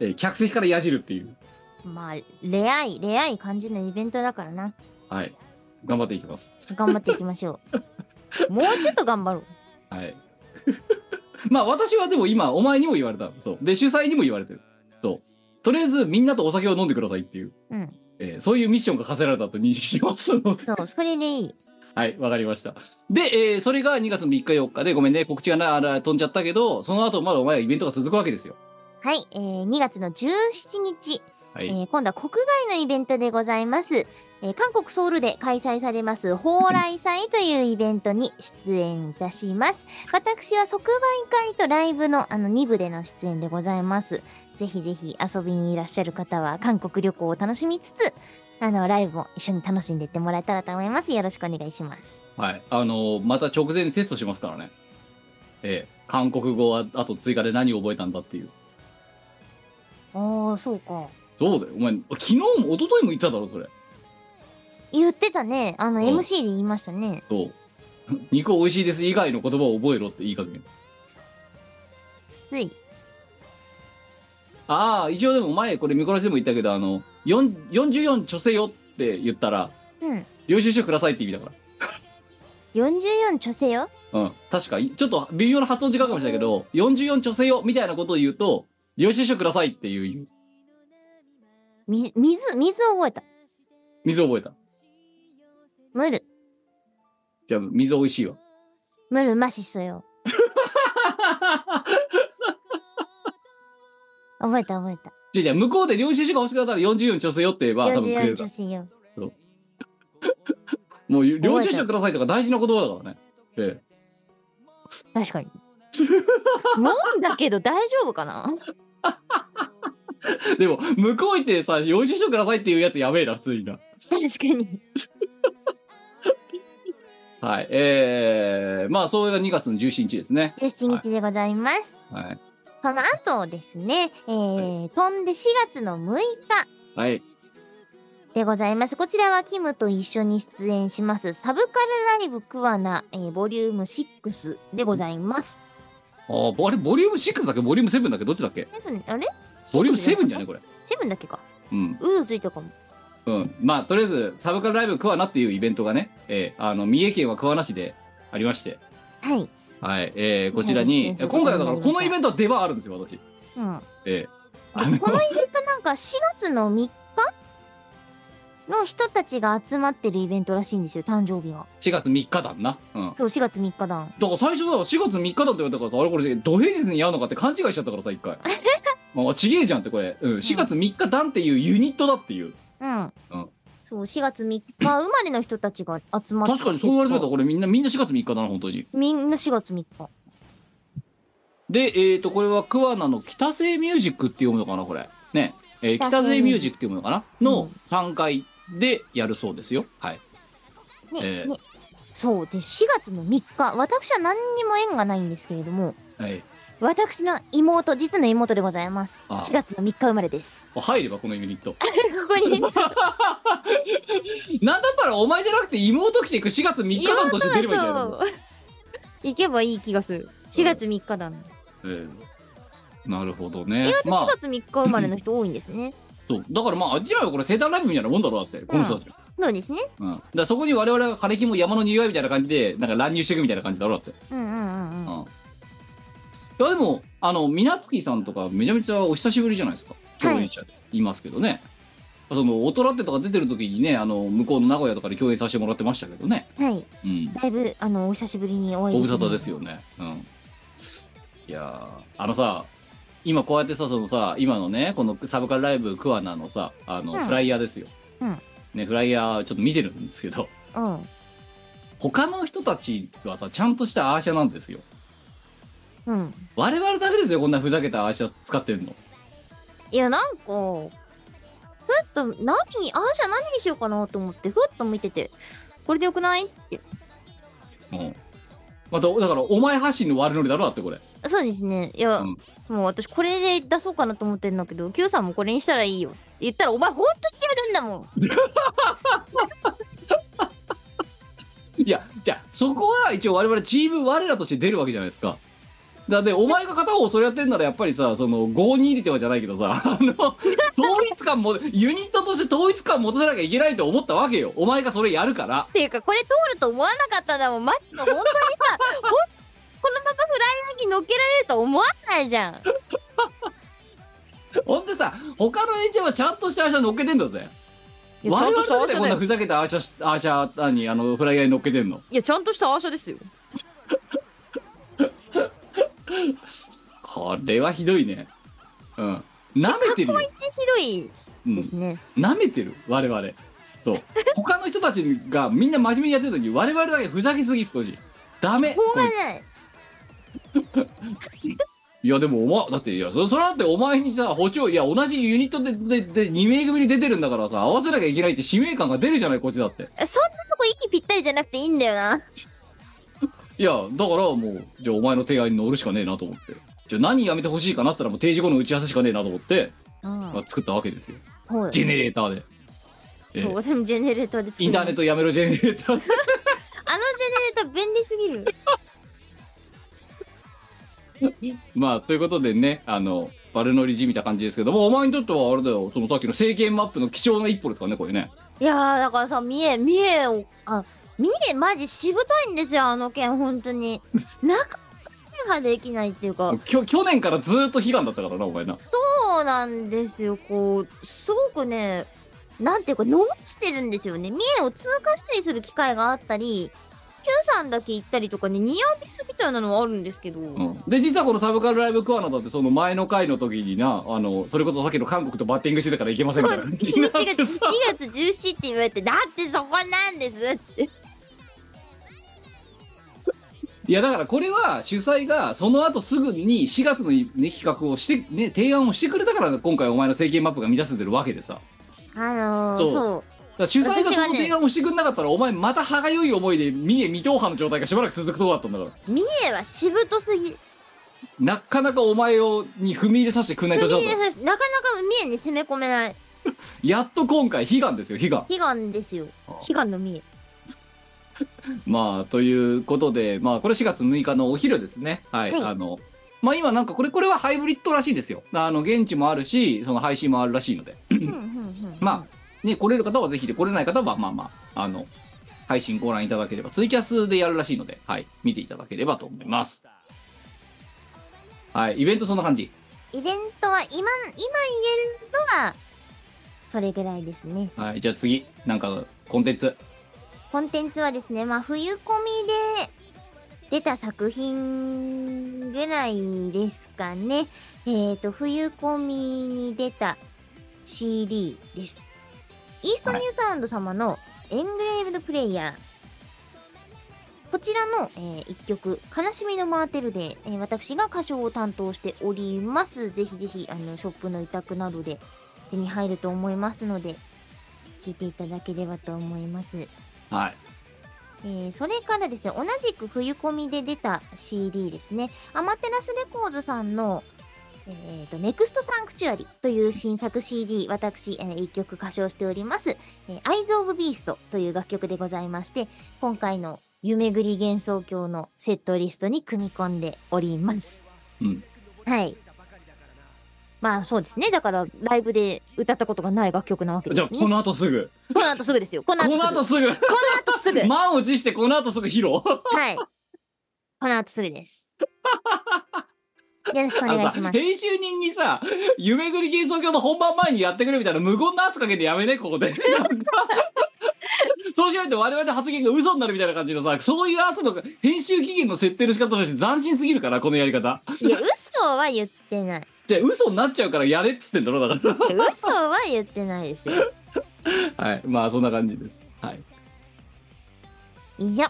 えー客席からやじるっていう
まあ、レアい、レアい感じのイベントだからな。
はい頑張っていきます
頑張っていきましょ う。もうちょっと頑張ろう。
はい まあ私はでも今お前にも言われたそうで主催にも言われてるそうとりあえずみんなとお酒を飲んでくださいっていう、
うん
えーそういうミッションが課せられたと認識してますので
そう、それでいい。
はい、わかりました。で、えーそれが2月の3日4日で、ごめんね、告知がなあら飛んじゃったけど、その後まだお前はイベントが続くわけですよ。
はい、えー、2月の17日、
はい。
えー今度は国外のイベントでございます。えー韓国ソウルで開催されます、蓬莱祭というイベントに出演いたします。私は即売会とライブのあの2部での出演でございます。ぜひぜひ遊びにいらっしゃる方は韓国旅行を楽しみつつ、あの、ライブも一緒に楽しんでいってもらえたらと思います。よろしくお願いします。
はい。あのーまた直前にテストしますからね。えー韓国語は、あと追加で何を覚えたんだっていう。
ああ、そうか。
そうだよ。お前、昨日も、一昨日も言っただろ、それ。
言ってたね。あの、
うん
MC で言いましたね。
そう。 肉美味しいです以外の言葉を覚えろっていい加減。
つい。
ああ、一応でも前、これ見殺しでも言ったけど、あの、4 44ちょせよって言ったら、
うん。
領収書くださいって意味だから。
44ちょせよ
うん、確かに、ちょっと微妙な発音違うかもしれないけど、44女性よみたいなことを言うと、領収書くださいっていう、
み、水、水覚えた。
水を覚えた。
ムル。
じゃあ、水美味しいわ。
ムルマシソよ。覚えた覚えた。
じゃあ、じゃあ向こうで領収書が欲しくなったら44女性よって言えば、多分くれ
44
るか
女
ら。
性よ。
もう、領収書くださいとか大事な言葉だからね。ええ。
確かに。なんだけど大丈夫かな
でも、向こう行ってさ、領収書くださいっていうやつやべえな、普通にな。
確かに。
はい。えー、まあ、それが2月の17日ですね。
17日でございます。
はい。
その後ですね、えー、飛んで4月の6日。
はい。
でございます。こちらはキムと一緒に出演しますサブカルライブクアナ、えーボリューム6でございます。
あーあれ、ボリューム6だっけボリューム7だっけどっちだっけ
セブンあれ
ボリューム7じゃねこれ。
セブンだっけか。
うん。
うどついたかも。
うん、まあとりあえずサブカルライブ桑名っていうイベントがね、えーあの三重県は桑名市でありまして、
はい。
はい、えーこちら
そう
に、
ですね
今回はだからこのイベントは出番あるんですよ、私。
うん。
えーあ
で
の
このイベントなんか4月の3日の人たちが集まってるイベントらしいんですよ、誕生日が。
4月3日だな。うん。
そう、4月3日だ。
だから最初だから4月3日だって言われたからさあれこれ土平日にやるのかって勘違いしちゃったからさ一 回まあちげえじゃんってこれ、うん、4月3日だんっていうユニットだっていう
うん。
うん
そう、4月3日 生まれの人たちが集まって
確かにそう言われてみたらこれみんなみんな4月3日だな本当に
みんな4月3日。
でえっ、とこれは桑名の北西ミュージックって読むのかなこれね、えー北
北
西
西
ミ
ミ
ュ
ュ
ー
ー
ジ
ジ
ックって読むのかな、
ん
の3階でやるそうですよはい
ね、
ええ
ね。そう。で、4月の3日、私は何にも縁がないんですけれども、
はい
私の妹、実の妹でございます。
ああ
4月の3日生まれです。
あ入ればこのユニット
ここ に、
なんだったらお前じゃなくて妹来ていく4月3日だとして出ればいいんだよ、
そう。行けばいい気がする。4月3日だな。
えーなるほどね
意外と
まあ
4月3日生まれの人多いんですね。
そうだからまああっちらはこれ生誕ライブみたいなもんだろうだってこの人たちは、
そうですね。
うんだからそこに我々が枯れ木も山の匂いみたいな感じでなんか乱入していくみたいな感じだろうだって、
うんうんうんうん。
うんいやでもあの皆月さんとかめちゃめちゃお久しぶりじゃないですか共演者いますけどね、その大人ってとか出てる時にねあの向こうの名古屋とかで共演させてもらってましたけどね、
はい。
うん、
だいぶ、あの、お久しぶりにお会い
ご無
き
沙
た
汰ですよね。うん。いやー、あのさ、今こうやってさ、そのさ、今のね、このサブカルライブクワナのさ、あの、
うん
フライヤーですよ。
うん
ね、フライヤーちょっと見てるんですけど、
うん。
他の人たちはさ、ちゃんとしたアーシャなんですよ。
うん。
我々だけですよ、こんなふざけたアーシャ使ってんの。
いや、なんか、ふっと、何、あーじゃあ何にしようかなと思って、ふっと見てて、これでよくないって。
うん。また、だから、お前発信の悪ノリだろだって、これ。
そうですね。いや、
うん
もう私これで出そうかなと思ってるんだけど、Q さんもこれにしたらいいよ。って言ったら、お前本当にやるんだもん。
いや、じゃあ、そこは一応我々チーム我らとして出るわけじゃないですか。だって、お前が片方それやってんならやっぱりさ、その、合に入れてはじゃないけどさ、あ の、統一感も、ユニットとして統一感持たせなきゃいけないと思ったわけよ。お前がそれやるから
っ。ていうか、これ通ると思わなかったんだもん。マジで本当にさ、ほん このままフライヤーに乗っけられると思わないじゃん。
ほんでさ、他の演者はちゃんとしたアーシャ乗っけてんだぜ。
いや、ちゃん
我
と
々
した
だ
ア
っ
ー
て
シャだ
こんな
よ。
ふざけたアーシャし、アーシャに、あの、フライヤーに乗っけてんの。
いや、ちゃんとしたアーシャですよ。
これはひどいね。うん。舐めてるよ。
一ひどいうで
ん
す。ね。
舐めてる我々 そう他の人たちがみんな真面目にやってるのに我々だけふざけすぎ少しダメ
しょうがない。
いやでもお前だっていやそそれだってお前にさ補聴いや同じユニットででで2名組に出てるんだからさ合わせなきゃいけないって使命感が出るじゃないこっちだっ
そ
て
んなとこ息ぴったりじゃなくていいんだよな。
いやだからもうじゃあお前の提案に乗るしかねえなと思ってじゃあ何やめてほしいかなって言ったらもう定時後の打ち合わせしかねえなと思って、
うん。
まあ作ったわけですよ
は
ジェネレーターで
い。
え
そう、私もジェネレーターです
インターネットやめろジェネレータ
あ
ーで
のジェネレーター便利すぎる。
まあということでねあの悪ノリじみた感じですけどもお前にとってはあれだよそのさっきの政権マップの貴重な一歩ですからねこれね
いやー、だからさ、三重、三重を、あ、三重マジしぶといんですよ、あの件、本当 に。なかなか制覇できないっていうか、
きょ去年からずーっと悲願だったからなお前な
そうなんですよ、こう、すごくね、なんていうか、逃してるんですよね。三重を通過したりする機会があったり、Q さんだけ行ったりとかね、ニアミスみたいなのはあるんですけど、
うん、で実はこのサブカルライブクアナだってその前の回の時になあのそれこそさっきの韓国とバッティングしてたからいけませ
す
んみ
ごい
たいな感じ
日
にな
に
っ
ちが2
てさ
月17って言われて、だってそこなんですって。
いやだからこれは主催がその後すぐに4月の、ね、企画をして、ね、提案をしてくれたから今回お前の政権マップが満たせてるわけでさ
あのー、
そう
そう
だから主催が
私
そ
が
の
ね
提案をしてくれなかったら、お前また歯がゆい思いで三重未踏破の状態がしばらく続くとこだったんだから
三重はしぶとすぎ。
なかなかお前をに踏み入れさせてくれないと
踏
ちょっ
み入
と
れさなかなか三重に攻め込めない
やっと今回悲願ですよ悲願
悲願ですよ
あ
悲願の 三重
まあということでまあこれ4月6日のお昼ですねはい、
はい
あのまあ今なんかこれこれはハイブリッドらしいんですよあの現地もあるしその配信もあるらしいので
うんうんうん
まあね来れる方はぜひで来れない方はまあまああの配信ご覧いただければ、ツイキャスでやるらしいので、はい、見ていただければと思います。はい、イベントそんな感じ。
イベントは今、今言えるのは、それぐらいですね。
はい、じゃあ次、なんか、コンテンツ。
コンテンツはですね、まあ、冬コミで出た作品ぐらいですかね。えっ、と、冬コミに出た CD です。イーストニューサウンド様のエングレーブドプレイヤー。こちらの、えー一曲、悲しみのマーテルで、えー私が歌唱を担当しております。ぜひぜひ、あの、ショップの委託などで手に入ると思いますので、聴いていただければと思います。
はい。
えーそれからですね、同じく冬コミで出た CD ですね、アマテラスレコーズさんの、えー、と、ネクストサンクチュアリという新作 CD、私、えー一曲歌唱しております、えー、Eyes of Beast という楽曲でございまして、今回の夢ぐり幻想郷のセットリストに組み込んでおります。
うん。
はい。まあそうですね。だからライブで歌ったことがない楽曲なわけ
じ
で
ゃあ、
すね。
この後すぐ。
この後すぐですよ。この後
こ
すぐ。
の後
こ
すぐ。
の後すぐ。
満を持して、この後すぐ披露。
はい。この後すぐです。よろしくお願いし
あのさ
ます。
編集人にさ、 夢ぐり幻想郷の本番前にやってくれみたいな無言の圧かけてやめね、ここで。なんかそうしないと我々の発言が嘘になるみたいな感じのさ、そういう圧の編集期限の設定の仕方として斬新すぎるから、このやり方。
いや、嘘は言ってない。
じゃあ嘘になっちゃうからやれっつってんだろ、だか
嘘は言ってないですよ。
ら。はい。まあ、そんな感じです。はい。
以上。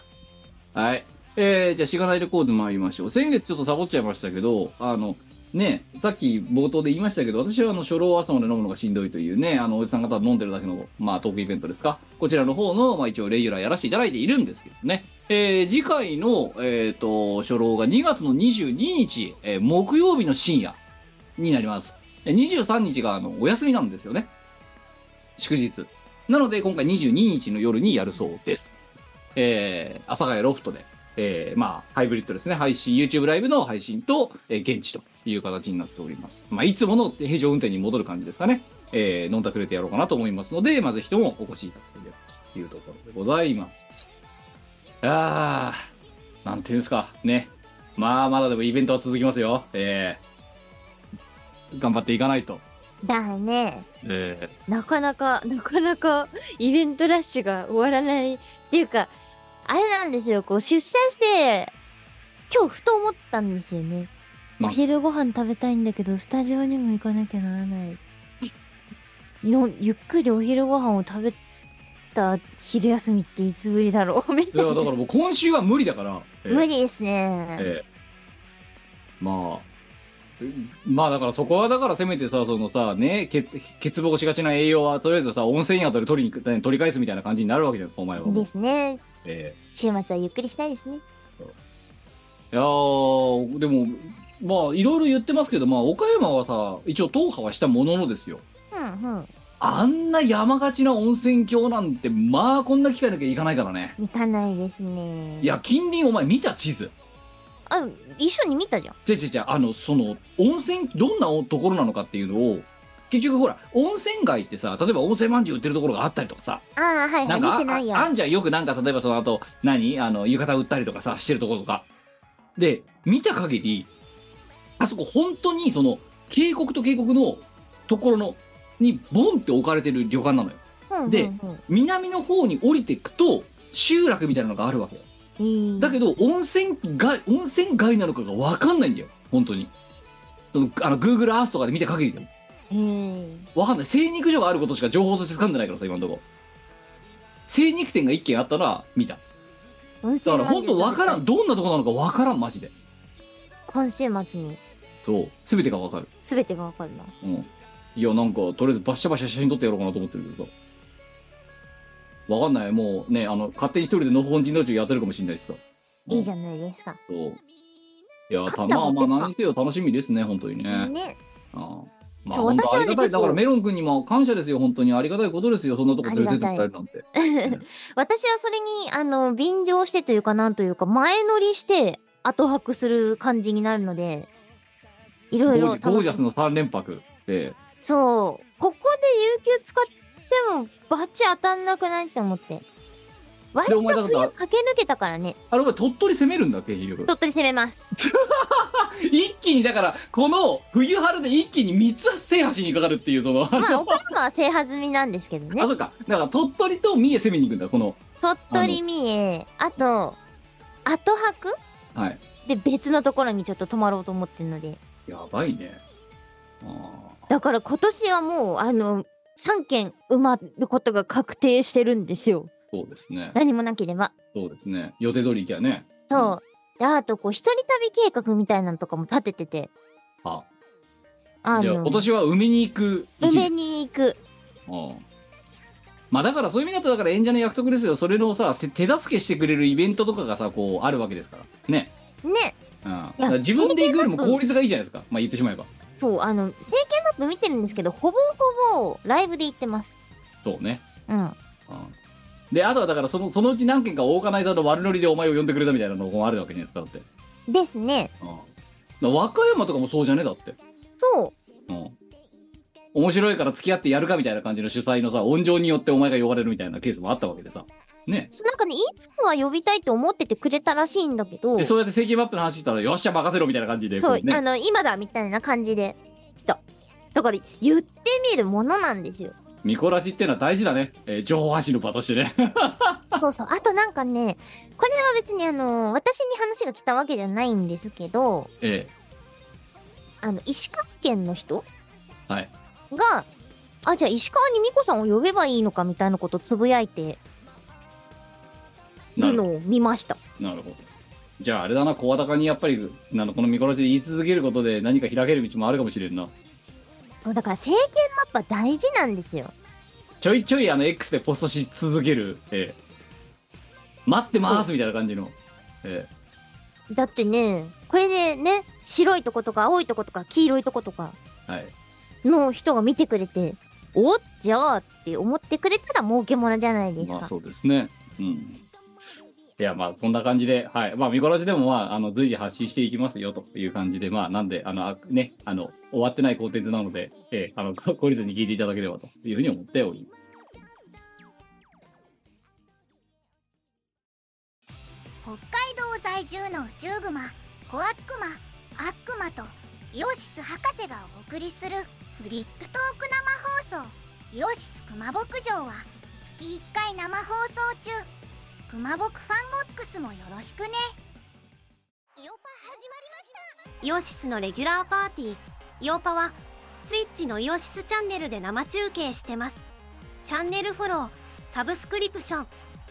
はい。えー、じゃあ、しがないレコード参りましょう。先月ちょっとサボっちゃいましたけど、あの、ね、さっき冒頭で言いましたけど、私はあの、初老を朝まで飲むのがしんどいというね、あの、おじさん方が飲んでるだけの、まあ、トークイベントですか。こちらの方の、まあ、一応レギュラーやらせていただいているんですけどね。えー、次回の、えっ、と、初老が2月の22日、えー木曜日の深夜になります。えー23日が、あの、お休みなんですよね。祝日。なので、今回22日の夜にやるそうです。えー、阿佐ヶ谷ロフトで、えー、まあ、ハイブリッドですね、配信、YouTube ライブの配信と、えー現地という形になっております。まあ、いつもの平常運転に戻る感じですかね。えー、飲んだくれてやろうかなと思いますので、まあ、ぜひともお越しいただければというところでございます。あー、なんていうんですか、ね。まあ、まだでもイベントは続きますよ。えー、頑張っていかないと。
だね。
えー、
なかなか、 なかなか、イベントラッシュが終わらない。っていうか、あれなんですよ。こう、出社して、今日ふと思ったんですよね。
な
お
ん
昼ご飯食べたいんだけど、スタジオにも行かなきゃならない。よゆっくりお昼ご飯を食べた昼休みっていつぶりだろう み
い
たい
や、だ
な
からもう今週は無理だから。えー
無理ですね。
ええまあまあだからそこはだからせめてさそのさね欠欠乏しがちな栄養はとりあえずさ温泉宿で取りに行く取り返すみたいな感じになるわけじゃんお前はもう
ですね。
え
週末はゆっくりしたいですね。
えいやーでもまあいろいろ言ってますけどまあ岡山はさ一応踏破はしたもののですよ
うんうん。
あんな山がちな温泉郷なんてまあこんな機会なきゃいかないからね
行かないですね。
いや近隣お前見た地図
あ、一緒に見たじゃん。
違う違う違うあのその温泉どんなおところなのかっていうのを結局ほら温泉街ってさ例えば温泉まんじゅう売ってるところがあったりとかさ
ああ、はいは。
ないんか
見
あ
てない
あ
や。
あんじゃんよくなんか例えばその後何あの浴衣売ったりとかさしてるところとかで見た限りあそこ本当にその渓谷と渓谷のところのにボンって置かれてる旅館なのよ
うんうんうん
で南の方に降りていくと集落みたいなのがあるわけよ
えー
だけど温泉街温泉街なのかが分かんないんだよ本当にそのあの Google Earth とかで見て限りでも
えー
分かんない精肉所があることしか情報として掴んでないからさ今のとこ精肉店が1軒あったのは見た
温
だ
泉
か
まん
ら
じゅう
本当分からんどんなとこなのか分からんマジで
今週末に
そう全てが分かる
全てがわかるな。
うんいやなんかとりあえずバシャバシャ写真撮ってやろうかなと思ってるけどさ分かんないもうねあの勝手に一人でのほほん人道中やってるかもしれないしさ
いいじ
ゃん
ゃないですか。
そういやた
肩
まあま
持って
あ
った
何にせよ楽しみですね本当にね
ね。
ああまあ、
そう
本当
私は
あ
ね
りがたい、
結構
だからメロン君にも感謝ですよ、本当にありがたいことですよ、そんなとこ連れてってもらえるなんて。
私はそれに、あの、便乗してというか、なんというか、前乗りして、後泊する感じになるので、いろいろ
ゴージゴー
楽
ジャ
し
ス
み。
の3連泊で、
そう。ここで有給使っても、バチ当たんなくないって思って。割
で
と
お前だから
冬駆け抜けたからね
あれお前鳥取攻めるんだっけ結局
鳥取攻め ます
一気にだからこの冬春で一気に3つ制覇しにかかるっていうその、
まあ岡山は制覇済みなんですけどね
あそうかだから鳥取と三重攻めに行くんだこの
鳥取三重あと後泊
はい
で別のところにちょっと泊まろうと思ってるので
やばいねあ
だから今年はもうあの3件埋まることが確定してるんですよ
ーそうですね
何もなければ
そうですね予定通り行きゃね
そうであとこう一人旅計画みたいなのとかも立ててて
あ
あ
じゃあ
の
今年は海に行く一
埋
年
めに行く
うんまあだからそういう意味だとだから演者の役得ですよそれのさせ手助けしてくれるイベントとかがさこうあるわけですからね、
ね
うん、だから自分で行くよりも効率がいいじゃないですかまあ言ってしまえば
そうあの政権マップ見てるんですけどほぼほぼライブで行ってます
そうね、
うん
うん、であとはだからそのそのうち何件かオーガナイザーの悪ノリでお前を呼んでくれたみたいなのもあるわけじゃないですかだって、
ですね
うん、だから和歌山とかもそうじゃねだって、
そう
うん、面白いから付き合ってやるかみたいな感じの主催のさ温情によってお前が呼ばれるみたいなケースもあったわけでさね
なんかねいつかは呼びたいと思っててくれたらしいんだけど
でそうやって正規マップの話したらよっしゃ任せろみたいな感じで
そう
こ、うね
あの今だみたいな感じで来ただから言ってみるものなんです よ
ミコラジってのは大事だね、えー情報発信の場としてね
そうそうあとなんかねこれは別にあの私に話が来たわけじゃないんですけど
え
あの石川県の人
はい
があじゃあ石川に美子さんを呼べばいいのかみたいなことをつぶやいて
えな
る
るほ
のを見ました
どなるほどじゃああれだな声高にやっぱりなのこのミコラジで言い続けることで何か開ける道もあるかもしれんな
だから政権マップは大事なんですよ
ちょいちょいあの X でポストし続ける、ええ待ってますみたいな感じの、ええ
だってねこれでね白いとことか青いとことか黄色いとことか
はい
の人が見てくれておじゃあって思ってくれたら儲けものじゃないですか、
まあそうですねうんいやまあそんな感じで、はいまあ、ミコラジでも、まあ、あの随時発信していきますよという感じで、まあ、なんであのあ、ね、あの終わってないコンテンツなので、ええあの 懲りずに聞いていただければというふうに思っております。
北海道在住の宇宙グマコアックマアックマとイオシス博士がお送りするフリックトーク生放送「イオシス熊牧場」は月1回生放送中熊牧ファンボックスもよろしくね
イオパ始まりました
イオシスのレギュラーパーティーイオパはツイッチのイオシスチャンネルで生中継してますチャンネルフォローサブスクリプション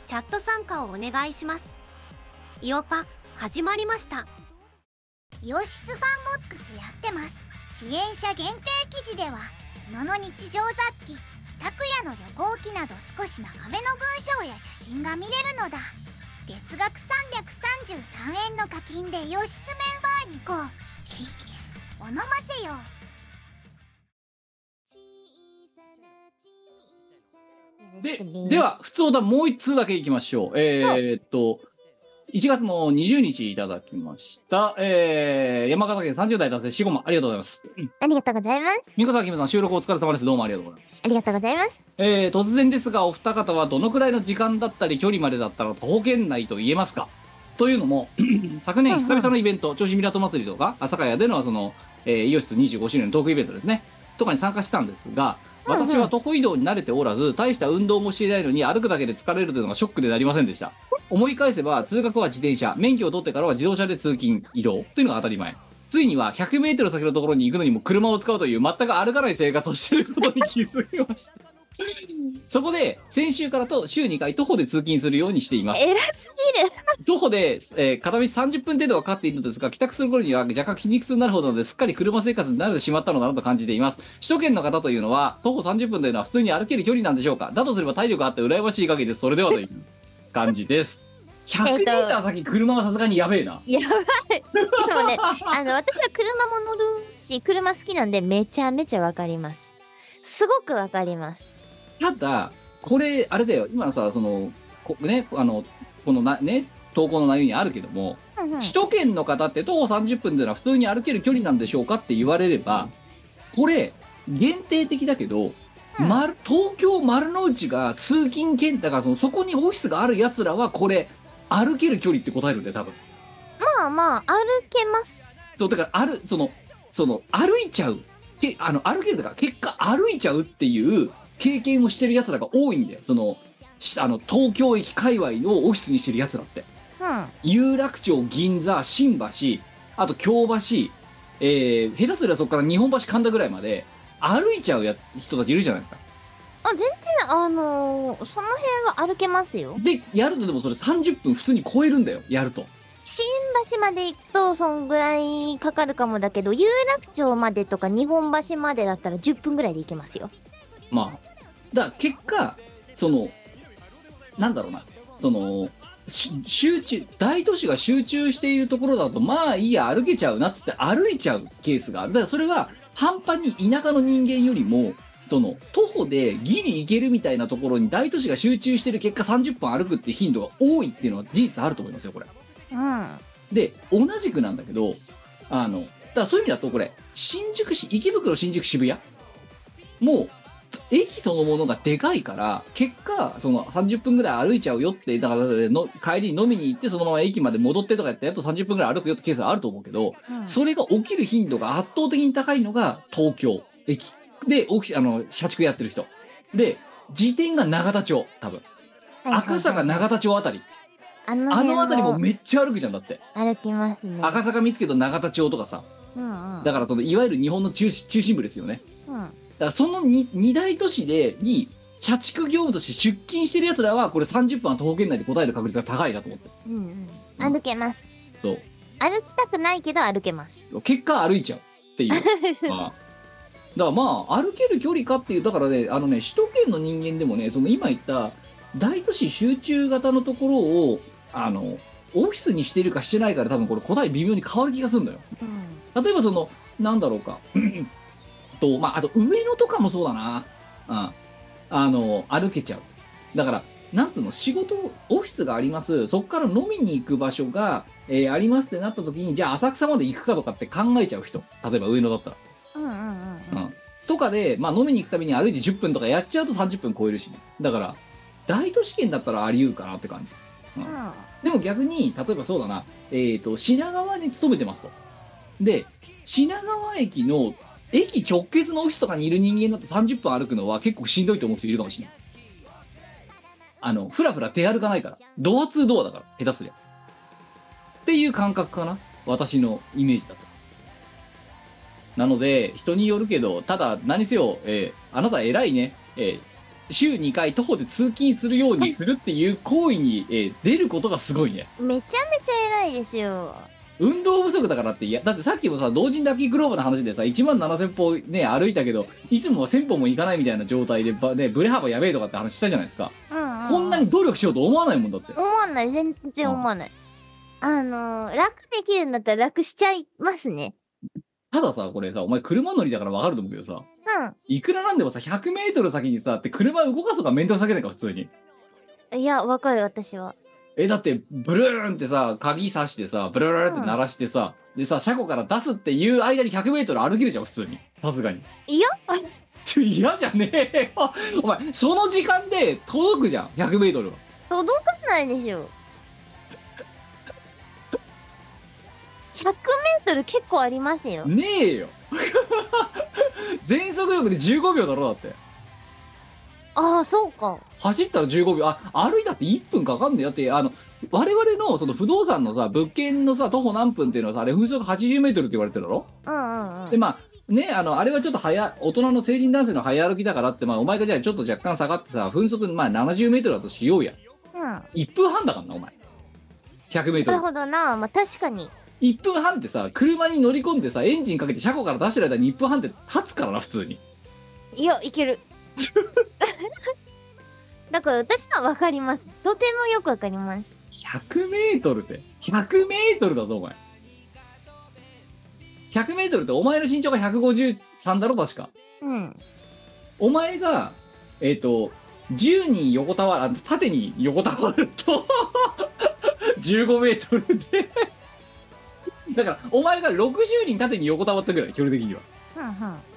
チャット参加をお願いしますイオパ始まりました
イオシスファンボックスやってます支援者限定記事では野の日常雑記拓也の旅行記など少し長めの文章や写真が見れるのだ月額333円の課金でイオシスメンバーにこうお飲ませよ
で、では、普通オーダーもう一通だけいきましょう。えーっと、1月の20日いただきました。えー、山形県30代男性、しごま、ありがとうございます。
ありがとうございます
みこさん、きむさん、収録お疲れ様です。どうもありがとうございます。
ありがとうございます
えー、突然ですが、お二方はどのくらいの時間だったり、距離までだったら徒歩圏内と言えますかという のも、昨年、久々のイベント、銚子港祭りとか、朝霞屋での、その、えー、イオシス25周年のトークイベントですね、とかに参加したんですが、
うんうん
私は徒歩移動に慣れておらず、大した運動もしていないのに、歩くだけで疲れるというのがショックでなりませんでした。思い返せば、通学は自転車、免許を取ってからは自動車で通勤、移動というのが当たり前。ついには100メートル先のところに行くのにも車を使うという全く歩かない生活をしていることに気づきました。 そこで、先週からと週2回徒歩で通勤するようにしています。
偉すぎる
徒歩で、えー片道30分程度はかかっているのですが、帰宅する頃には若干筋肉痛になるほどなので、すっかり車生活に慣れてしまったのだなと感じています。首都圏の方というのは、徒歩30分というのは普通に歩ける距離なんでしょうかだとすれば体力あって羨ましい限りです。それではという感じです。100
え
メ
っ
ー
と
ター先、車はさすがにやべえな。
やばいでもねあの私は車も乗るし車好きなんでめちゃめちゃわかりますすごくわかります
ただ、これ、あれだよ、今のさ、その、こね、あの、このな、ね、投稿の内容にあるけども、
うんうん
首都圏の方って徒歩30分というのは普通に歩ける距離なんでしょうかって言われればこれ限定的だけど丸東京丸の内が通勤圏だからそのそこにオフィスがあるやつらはこれ歩ける距離って答えるんだよ多分
まあまあ、歩けます。
そうだからあるそのその歩いちゃうけあの歩けるとか結果歩いちゃうっていう経験をしてるやつらが多いんだよそのしあの東京駅界隈をオフィスにしてるやつらって
うん。
有楽町銀座新橋あと京橋、えー下手すりゃそこから日本橋神田ぐらいまで歩いちゃうや人たちいるじゃないですか
あ、全然、あのーその辺は歩けますよ。
でやるとでもそれ30分普通に超えるんだよやると
新橋まで行くと、そんぐらいかかるかもだけど、有楽町までとか日本橋までだったら10分ぐらいで行けますよ。
まあだから結果そのなんだろうなそのし集中大都市が集中しているところだとまあいいや歩けちゃうなっつって歩いちゃうケースがあるだからそれは半端に田舎の人間よりもその徒歩でギリ行けるみたいなところに大都市が集中してる結果30分歩くって頻度が多いっていうのは事実あると思いますよこれ
うん。
で同じくなんだけどあのだからそういう意味だとこれ新宿市池袋新宿渋谷もう駅そのものがでかいから結果その30分ぐらい歩いちゃうよってだからの帰りに飲みに行ってそのまま駅まで戻ってとかやってやっと30分ぐらい歩くよってケースはあると思うけど、
うん
それが起きる頻度が圧倒的に高いのが東京駅で起きあの社畜やってる人で時点が永田町多分赤坂永田町あたり
あの
あ
辺
の辺りも
も
めっちゃ歩くじゃんだって。
歩きますね。
赤坂見附と永田町とかさ
うんうん。
だからそのいわゆる日本の中中心部ですよね
うん
だからその 2, 大都市でに社畜業務として出勤してるやつらはこれ30分は徒歩圏内で答える確率が高いなと思って
うんうん。歩けます。
そ
歩きたくないけど歩け ます。
う結果歩いちゃうっていう まあだからまあ歩ける距離かっていうだからねあのね首都圏の人間でもねその今言った大都市集中型のところをあのオフィスにしてるかしてないから多分これ答え微妙に変わる気がするんだよ
うん
例えばそのなんだろうかとまああと上野とかもそうだな、うん、あの歩けちゃうだからなんつうの仕事オフィスがありますそこから飲みに行く場所が、えーありますってなった時にじゃあ浅草まで行くかとかって考えちゃう人例えば上野だったら、
うんうんうん。
うんとかで、まあ、飲みに行くために歩いて10分とかやっちゃうと30分超えるしねだから大都市圏だったらあり得るかなって感じ
うん
でも逆に、例えばそうだな、えっ、と、品川に勤めてますと。で、品川駅の駅直結のオフィスとかにいる人間だと30分歩くのは結構しんどいと思う人いるかもしれない。あの、ふらふら出歩かないから。ドア2ドアだから、下手すりゃ。っていう感覚かな。私のイメージだと。なので、人によるけど、ただ、何せよ、えーあなた偉いね。えー週2回徒歩で通勤するようにするっていう行為に、えー出ることがすごいね。
めちゃめちゃ偉いですよ。
運動不足だからっていやだってさっきもさ同人ラッキーグローブの話でさ1万7000歩ね歩いたけどいつもは1000歩も行かないみたいな状態でば、ね、ブレ幅やべえとかって話したじゃないですか、
うんう
こんなに努力しようと思わないもんだって、
思わない全然思わない。あのー楽できるんだったら楽しちゃいますね。
たださこれさお前車乗りだからわかると思うけどさ
う
いくらなんでもさ 100m 先にさって車動かすとか面倒くさけないか普通に
ん。いや、わかる、私は。
えだってブルーンってさ鍵さしてさブルルルって鳴らしてさ、でさ車庫から出すっていう間に 100m 歩けるじゃん普通にさすがに
いや、
ちょ嫌じゃねえよお前その時間で届くじゃん 100m は
届かないで しょ。100メートル結構ありますよ。
ねえよ 全速力で15秒だろだって
ああ、そうか。
走ったら15秒あ歩いたって1分かかんねえよだってあの我々のその不動産のさ物件のさ徒歩何分っていうのはさあれ風速 80m って言われてるだろ
うんうんう
で
ん。
まあねあのあれはちょっと早大人の成人男性の早歩きだからって、まあ、お前がじゃあちょっと若干下がってさ風速まあ 70m だとしようや
うん。
1分半だからなお前
なる
100m
ほどな。まあ、確かに。
1分半ってさ車に乗り込んでさエンジンかけて車庫から出してる間に1分半って立つからな普通に
いや、いけ る。だから私はわかります。とてもよくわかります。
100m って 100m だぞお前 100m ってお前の身長が153だろ確か
うん。
お前がえっ、と10人横たわあ縦に横たわると 15m でだからお前が60人縦に横たわったぐらい距離的には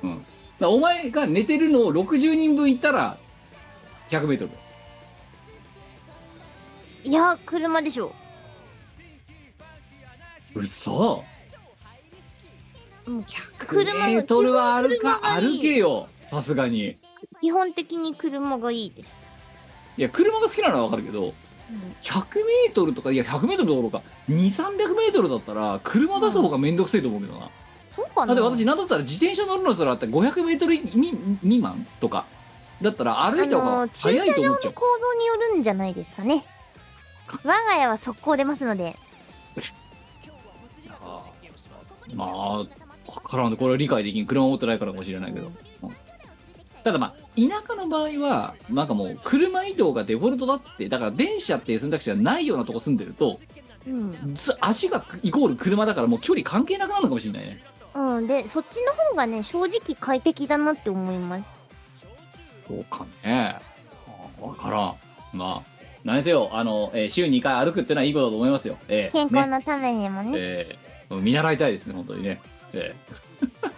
うんうん。
らお前が寝てるのを60人分いったら 100m
いや、車でしょ。
うそ
うん車が
100m は歩か
車がいい
歩けよさすがに
基本的に車がいいです。
いや車が好きなのはわかるけど 100m とかいや 100m どころか 200300m だったら車出す方が面倒くせえと思うけどな、
そうか
だ
な。
って私なんだったら自転車乗るのすらあって 500m 未未満とかだったら歩いた方
あの
が
駐
早
車
い
場
と思
の
っちゃう
構造によるんじゃないですかね。我が家は速攻出ますので。
あーまあ分からんでこれは理解できん車持ってないからかもしれないけど、うんただまあ田舎の場合はなんかもう車移動がデフォルトだってだから電車っていう選択肢がないようなとこ住んでると
うん。
ず足がイコール車だからもう距離関係なくなるのかもしれないね
うん、で、そっちの方がね、正直快適だなって思います。
そうかね分からんまあ何せよあの、えー週2回歩くってのはいいことだと思いますよ、えー
健
ね
康のためにもね。
えー見習いたいですね、本当にね。えー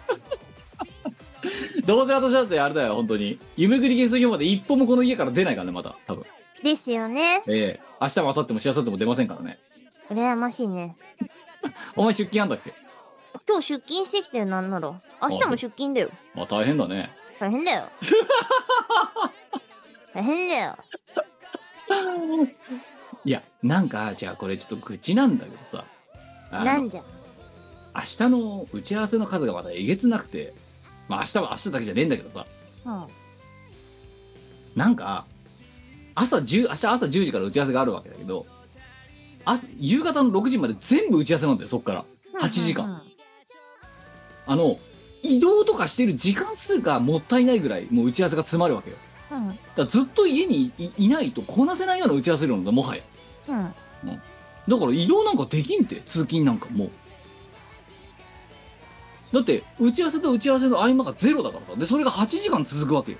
どうせ私だってあれだよ、本当に。夢ぐり幻想表まで一歩もこの家から出ないからね、また、多分
ですよね。
ええ明日も明後日もしあさっても出ませんからね。
羨ましいね。
お前出勤あんだっけ
今日出勤してきてるなんなら。明日も出勤だよ。
まあ大変だね。
大変だよ。大変だよ。
いや、なんか、じゃあこれちょっと愚痴なんだけどさ。あ
な
の
んじゃ。
明日の打ち合わせの数がまだえげつなくて、まあ明日は明日だけじゃねえんだけどさ。
うん。
なんか、朝10、明日朝10時から打ち合わせがあるわけだけど、朝夕方の6時まで全部打ち合わせなんだよ、そっから。8時間。
間。
あの、移動とかしてる時間数がもったいないぐらい、もう打ち合わせが詰まるわけよ。
うん。うん
だからずっと家にいいないとこなせないような打ち合わせ量なんだ、もはや。。
うん
だから移動なんかできんって、通勤なんかもう。だって、打ち合わせと打ち合わせの合間がゼロだからさ。で、それが8時間続くわけよ。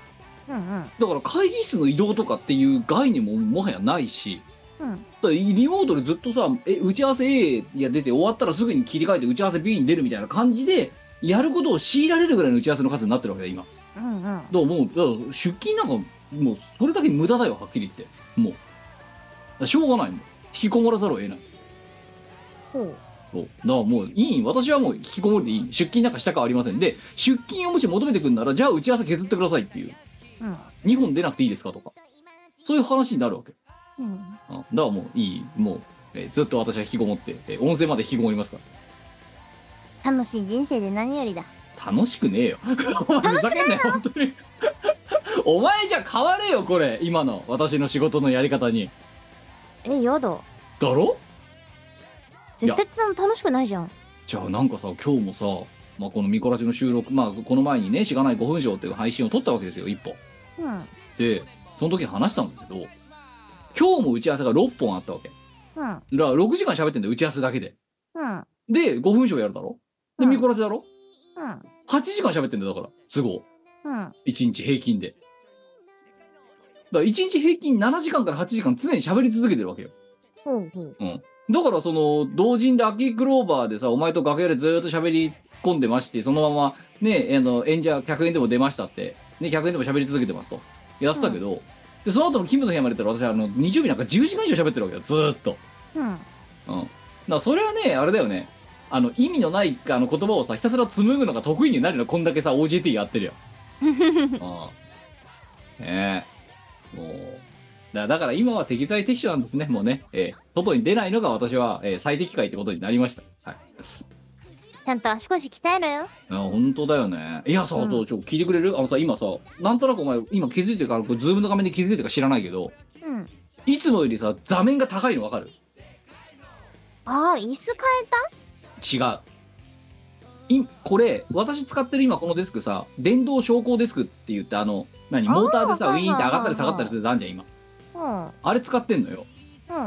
うん。
だから会議室の移動とかっていう概念ももはやないし、
うん。
だからリモートでずっとさえ打ち合わせ A が出て終わったらすぐに切り替えて打ち合わせ B に出るみたいな感じでやることを強いられるぐらいの打ち合わせの数になってるわけだよ今
うん。うん。
だからもうだから出勤なんかもうそれだけ無駄だよはっきり言ってもうだからしょうがないもん引きこもらざるを得ない
ほう。
そうだからもういい私はもう引きこもりでいい出勤なんかしたかありませんで出勤をもし求めてくんならじゃあ打ち合わせ削ってくださいっていう
うん。
2本出なくていいですかとかそういう話になるわけ
うん。
うんだからもういいもう、えーずっと私は引きこもって、えー音声まで引きこもりますから
楽しい人生で何よりだ。
楽しくねえよ。ふざけんなよ、本当に。お前じゃ変われよ、これ。今の私の仕事のやり方に。
え、やだ。
だろ
絶対その楽しくないじゃん。
じゃあなんかさ、今日もさ、まあ、このミコラジの収録、まあ、この前にね、しがない5分賞っていう配信を撮ったわけですよ、一本。
うん。
で、その時話したんだけど、今日も打ち合わせが6本あったわけ。だか
うん。
ら6時間喋ってんだよ、打ち合わせだけで。
うん。
で、5分賞やるだろで、
うん
ミコラジだろ
うん。
?8 時間喋ってんだよ、だから、都合。
うん。
1日平均で。だから1日平均7時間から8時間常に喋り続けてるわけよ。
ほうほう。
だからその、同人で秋クローバーでさ、お前と楽屋でずーっと喋り込んでまして、そのままね、あの、演者、100円でも出ましたって、ね、100円でも喋り続けてますと。やってたけど、で、その後の勤務の部屋まで行ったら私、あの、日曜日なんか10時間以上喋ってるわけよ、ずーっと。
うん。
うん。だからそれはね、あれだよね。あの、意味のない、あの、言葉をさ、ひたすら紡ぐのが得意になるの、こんだけさ、OJT やってるよ。うん。ねえ。もう。だだから今は適材適所なんですね、もうね。えー外に出ないのが私は、えー最適解ってことになりました。はい。
ちゃんと足腰鍛えろよ。
あ本当だよね。いや、さ、
うん
どうちょ、聞いてくれるあのさ、今さ、なんとなくお前、今気づいてるから、これズームの画面で気づいてるか知らないけど、
うん。
いつもよりさ、座面が高いのわかる
ああ、椅子変えた
違ういこれ私使ってる今このデスクさ電動昇降デスクって言ってあの何
あー
モーターでさウ
はいはい
ィーンって上がったり下が
はいはい
ったりするなんじゃん今
うん。
あれ使ってんのよ
う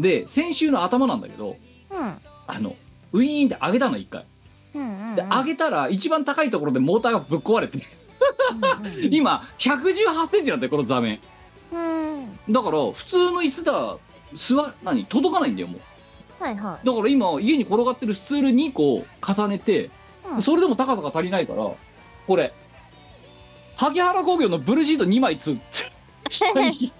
ん。
で先週の頭なんだけど
うん。
あのウィーンって上げたの一回
うん。うん。
で上げたら一番高いところでモーターがぶっ壊 れて
うん
今1 1 8ンチなんだよこの座面
うん。
だから普通の椅子だ座何届かないんだよもう
はいは
だから今家に転がってるスツール2個重ねて、
うん
それでも高さが足りないからこれ萩原工業のブルーシート2枚つ下に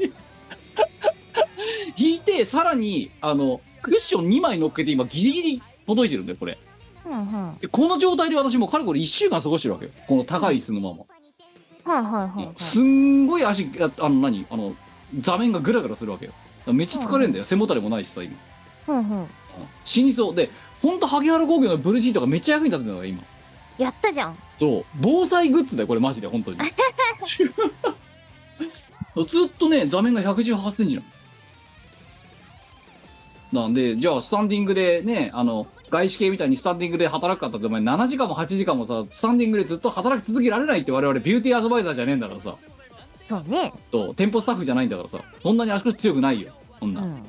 引いてさらにあのクッション2枚乗っけて今ギリギリ届いてるんだよこれ
うんうん。はい
でこの状態で私もうかれこれ1週間過ごしてるわけよこの高い椅子のまま、
はいはいはい。
すんごい足ああの何あの座面がグラグラするわけよだからめっちゃ疲れんだよ、背もたれもないしさ今
うんうん。
うん死にそうでほんと萩原工業のブルーシートがめっちゃ役に立ってんだよ今
やったじゃん。
そう防災グッズだよこれマジで本 当にずっとね座面が1 1 8センチなのなんでじゃあスタンディングでねあの外資系みたいにスタンディングで働くかったってお前7時間も8時間もさスタンディングでずっと働き続けられないって我々ビューティーアドバイザーじゃねえんだからさ
そうね。
と店舗スタッフじゃないんだからさそんなに足腰強くないよそん
う
な、
ん。
うん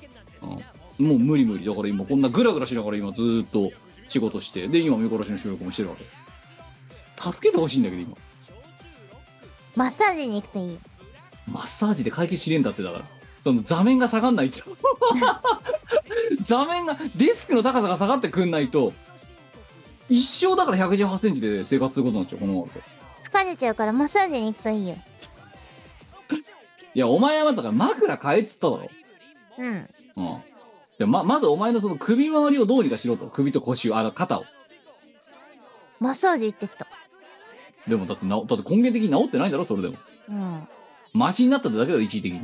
もう無理無理だから今こんなグラグラしながら今ずーっと仕事してで今見殺しの収録もしてるわけ助けてほしいんだけど今
マッサージに行くといいよ。
マッサージで解決しねえんだってだからその座面が下がんないと座面がデスクの高さが下がってくんないと一生だから1 1 8センチで生活することになっちゃうこのままだと
疲れちゃうからマッサージに行くといいよ。
いやお前はだから枕変えっつっただろ
うん。
うんでままずお前のその首周りをどうにかしろと首と腰をあの肩を
マッサージ行ってきた。
でもだってなだって根源的に治ってないんだろそれでも
うん。
マシになっただけだよ一時的に、い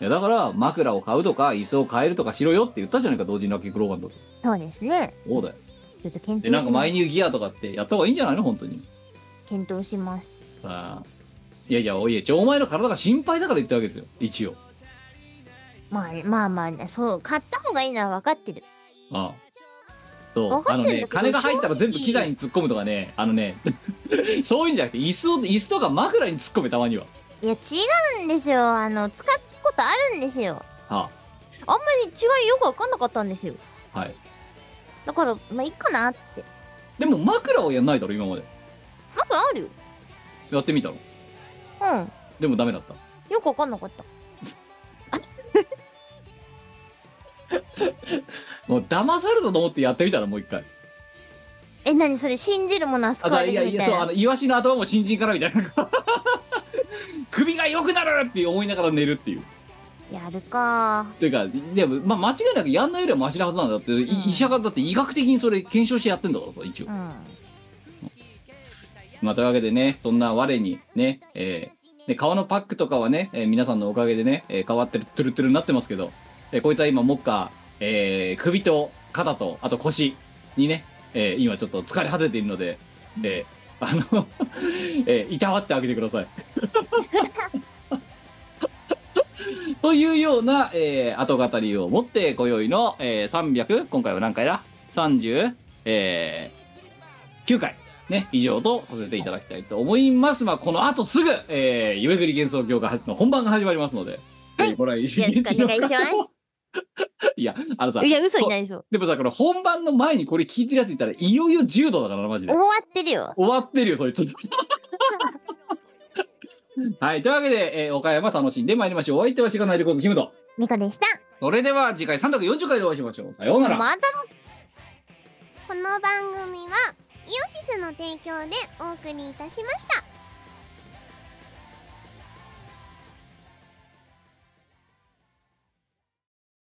やだから枕を買うとか椅子を変えるとかしろよって言ったじゃないか同時にラッキークローバンドと
そうですね。
そうだよ
ちょっと検
でなん
討
か
しま
マ
す
イ。ニューギアとかってやった方がいいんじゃないの本当に
検討します。
さあいやいやおいえちょお前の体が心配だから言ったわけですよ一応
まあねまあまあね、そう、買った方がいいのは分かってる。
ああそう
分か
あ
ってる
の
んだけど
ね金が入ったら全部機材に突っ込むとかねあのね そういうんじゃなくて椅子を椅子とか枕に突っ込めたまにはい
や、違うんですよ。あの、使ったことあるんですよ。
は
あんまり違いよく分かんなかったんですよ。
あはい
だから、まあ、いいかなって。
でも枕はやんないだろ今まで
マックあるよ。
やってみたの
うん。
でもダメだった
よく分かんなかった。
もう騙されたと思ってやってみたらもう一回
え、何それ信じるものは
あ
救わ
と
れ
いや
る
い
み
や
たい
そう
な。
あのイワシの頭も新人から みたいな首が良くなるって思いながら寝るっていう
やるか
というかでも、まあ、間違いなくやんないよりはマシなはずなんだって、い
うん
医者がだって医学的にそれ検証してやってんだからさ一応、
うん。
まあというわけでねそんな我にねえーで革のパックとかはね、えー皆さんのおかげでね、えー変わってるトゥルトゥルになってますけど、えーこいつは今もっか、えー首と肩とあと腰にね、えー今ちょっと疲れ果てているので、えーあの、 えーいたわってあげてください。 というような、えー後語りを持って今宵の、えー300今回は何回だ ?39 回ね以上とさせていただきたいと思います。まあこの後すぐ、えー、夢ぐり幻想業界の本番が始まりますので、
はい
えーご来
よろしくお願いしま
いやあのさ
す。いや、嘘になりそう。
でもさこれ本番の前にこれ聞いてるやついたらいよいよ柔道だからなマジで
終わってるよ。
終わってるよそいつ はいというわけで、えー岡山楽しんでまいりましょうお相手はしがないレコードキムと
ミコでした。
それでは次回340回でお会いしましょうさようなら
また
この番組はイオシスの提供でお送りいたしました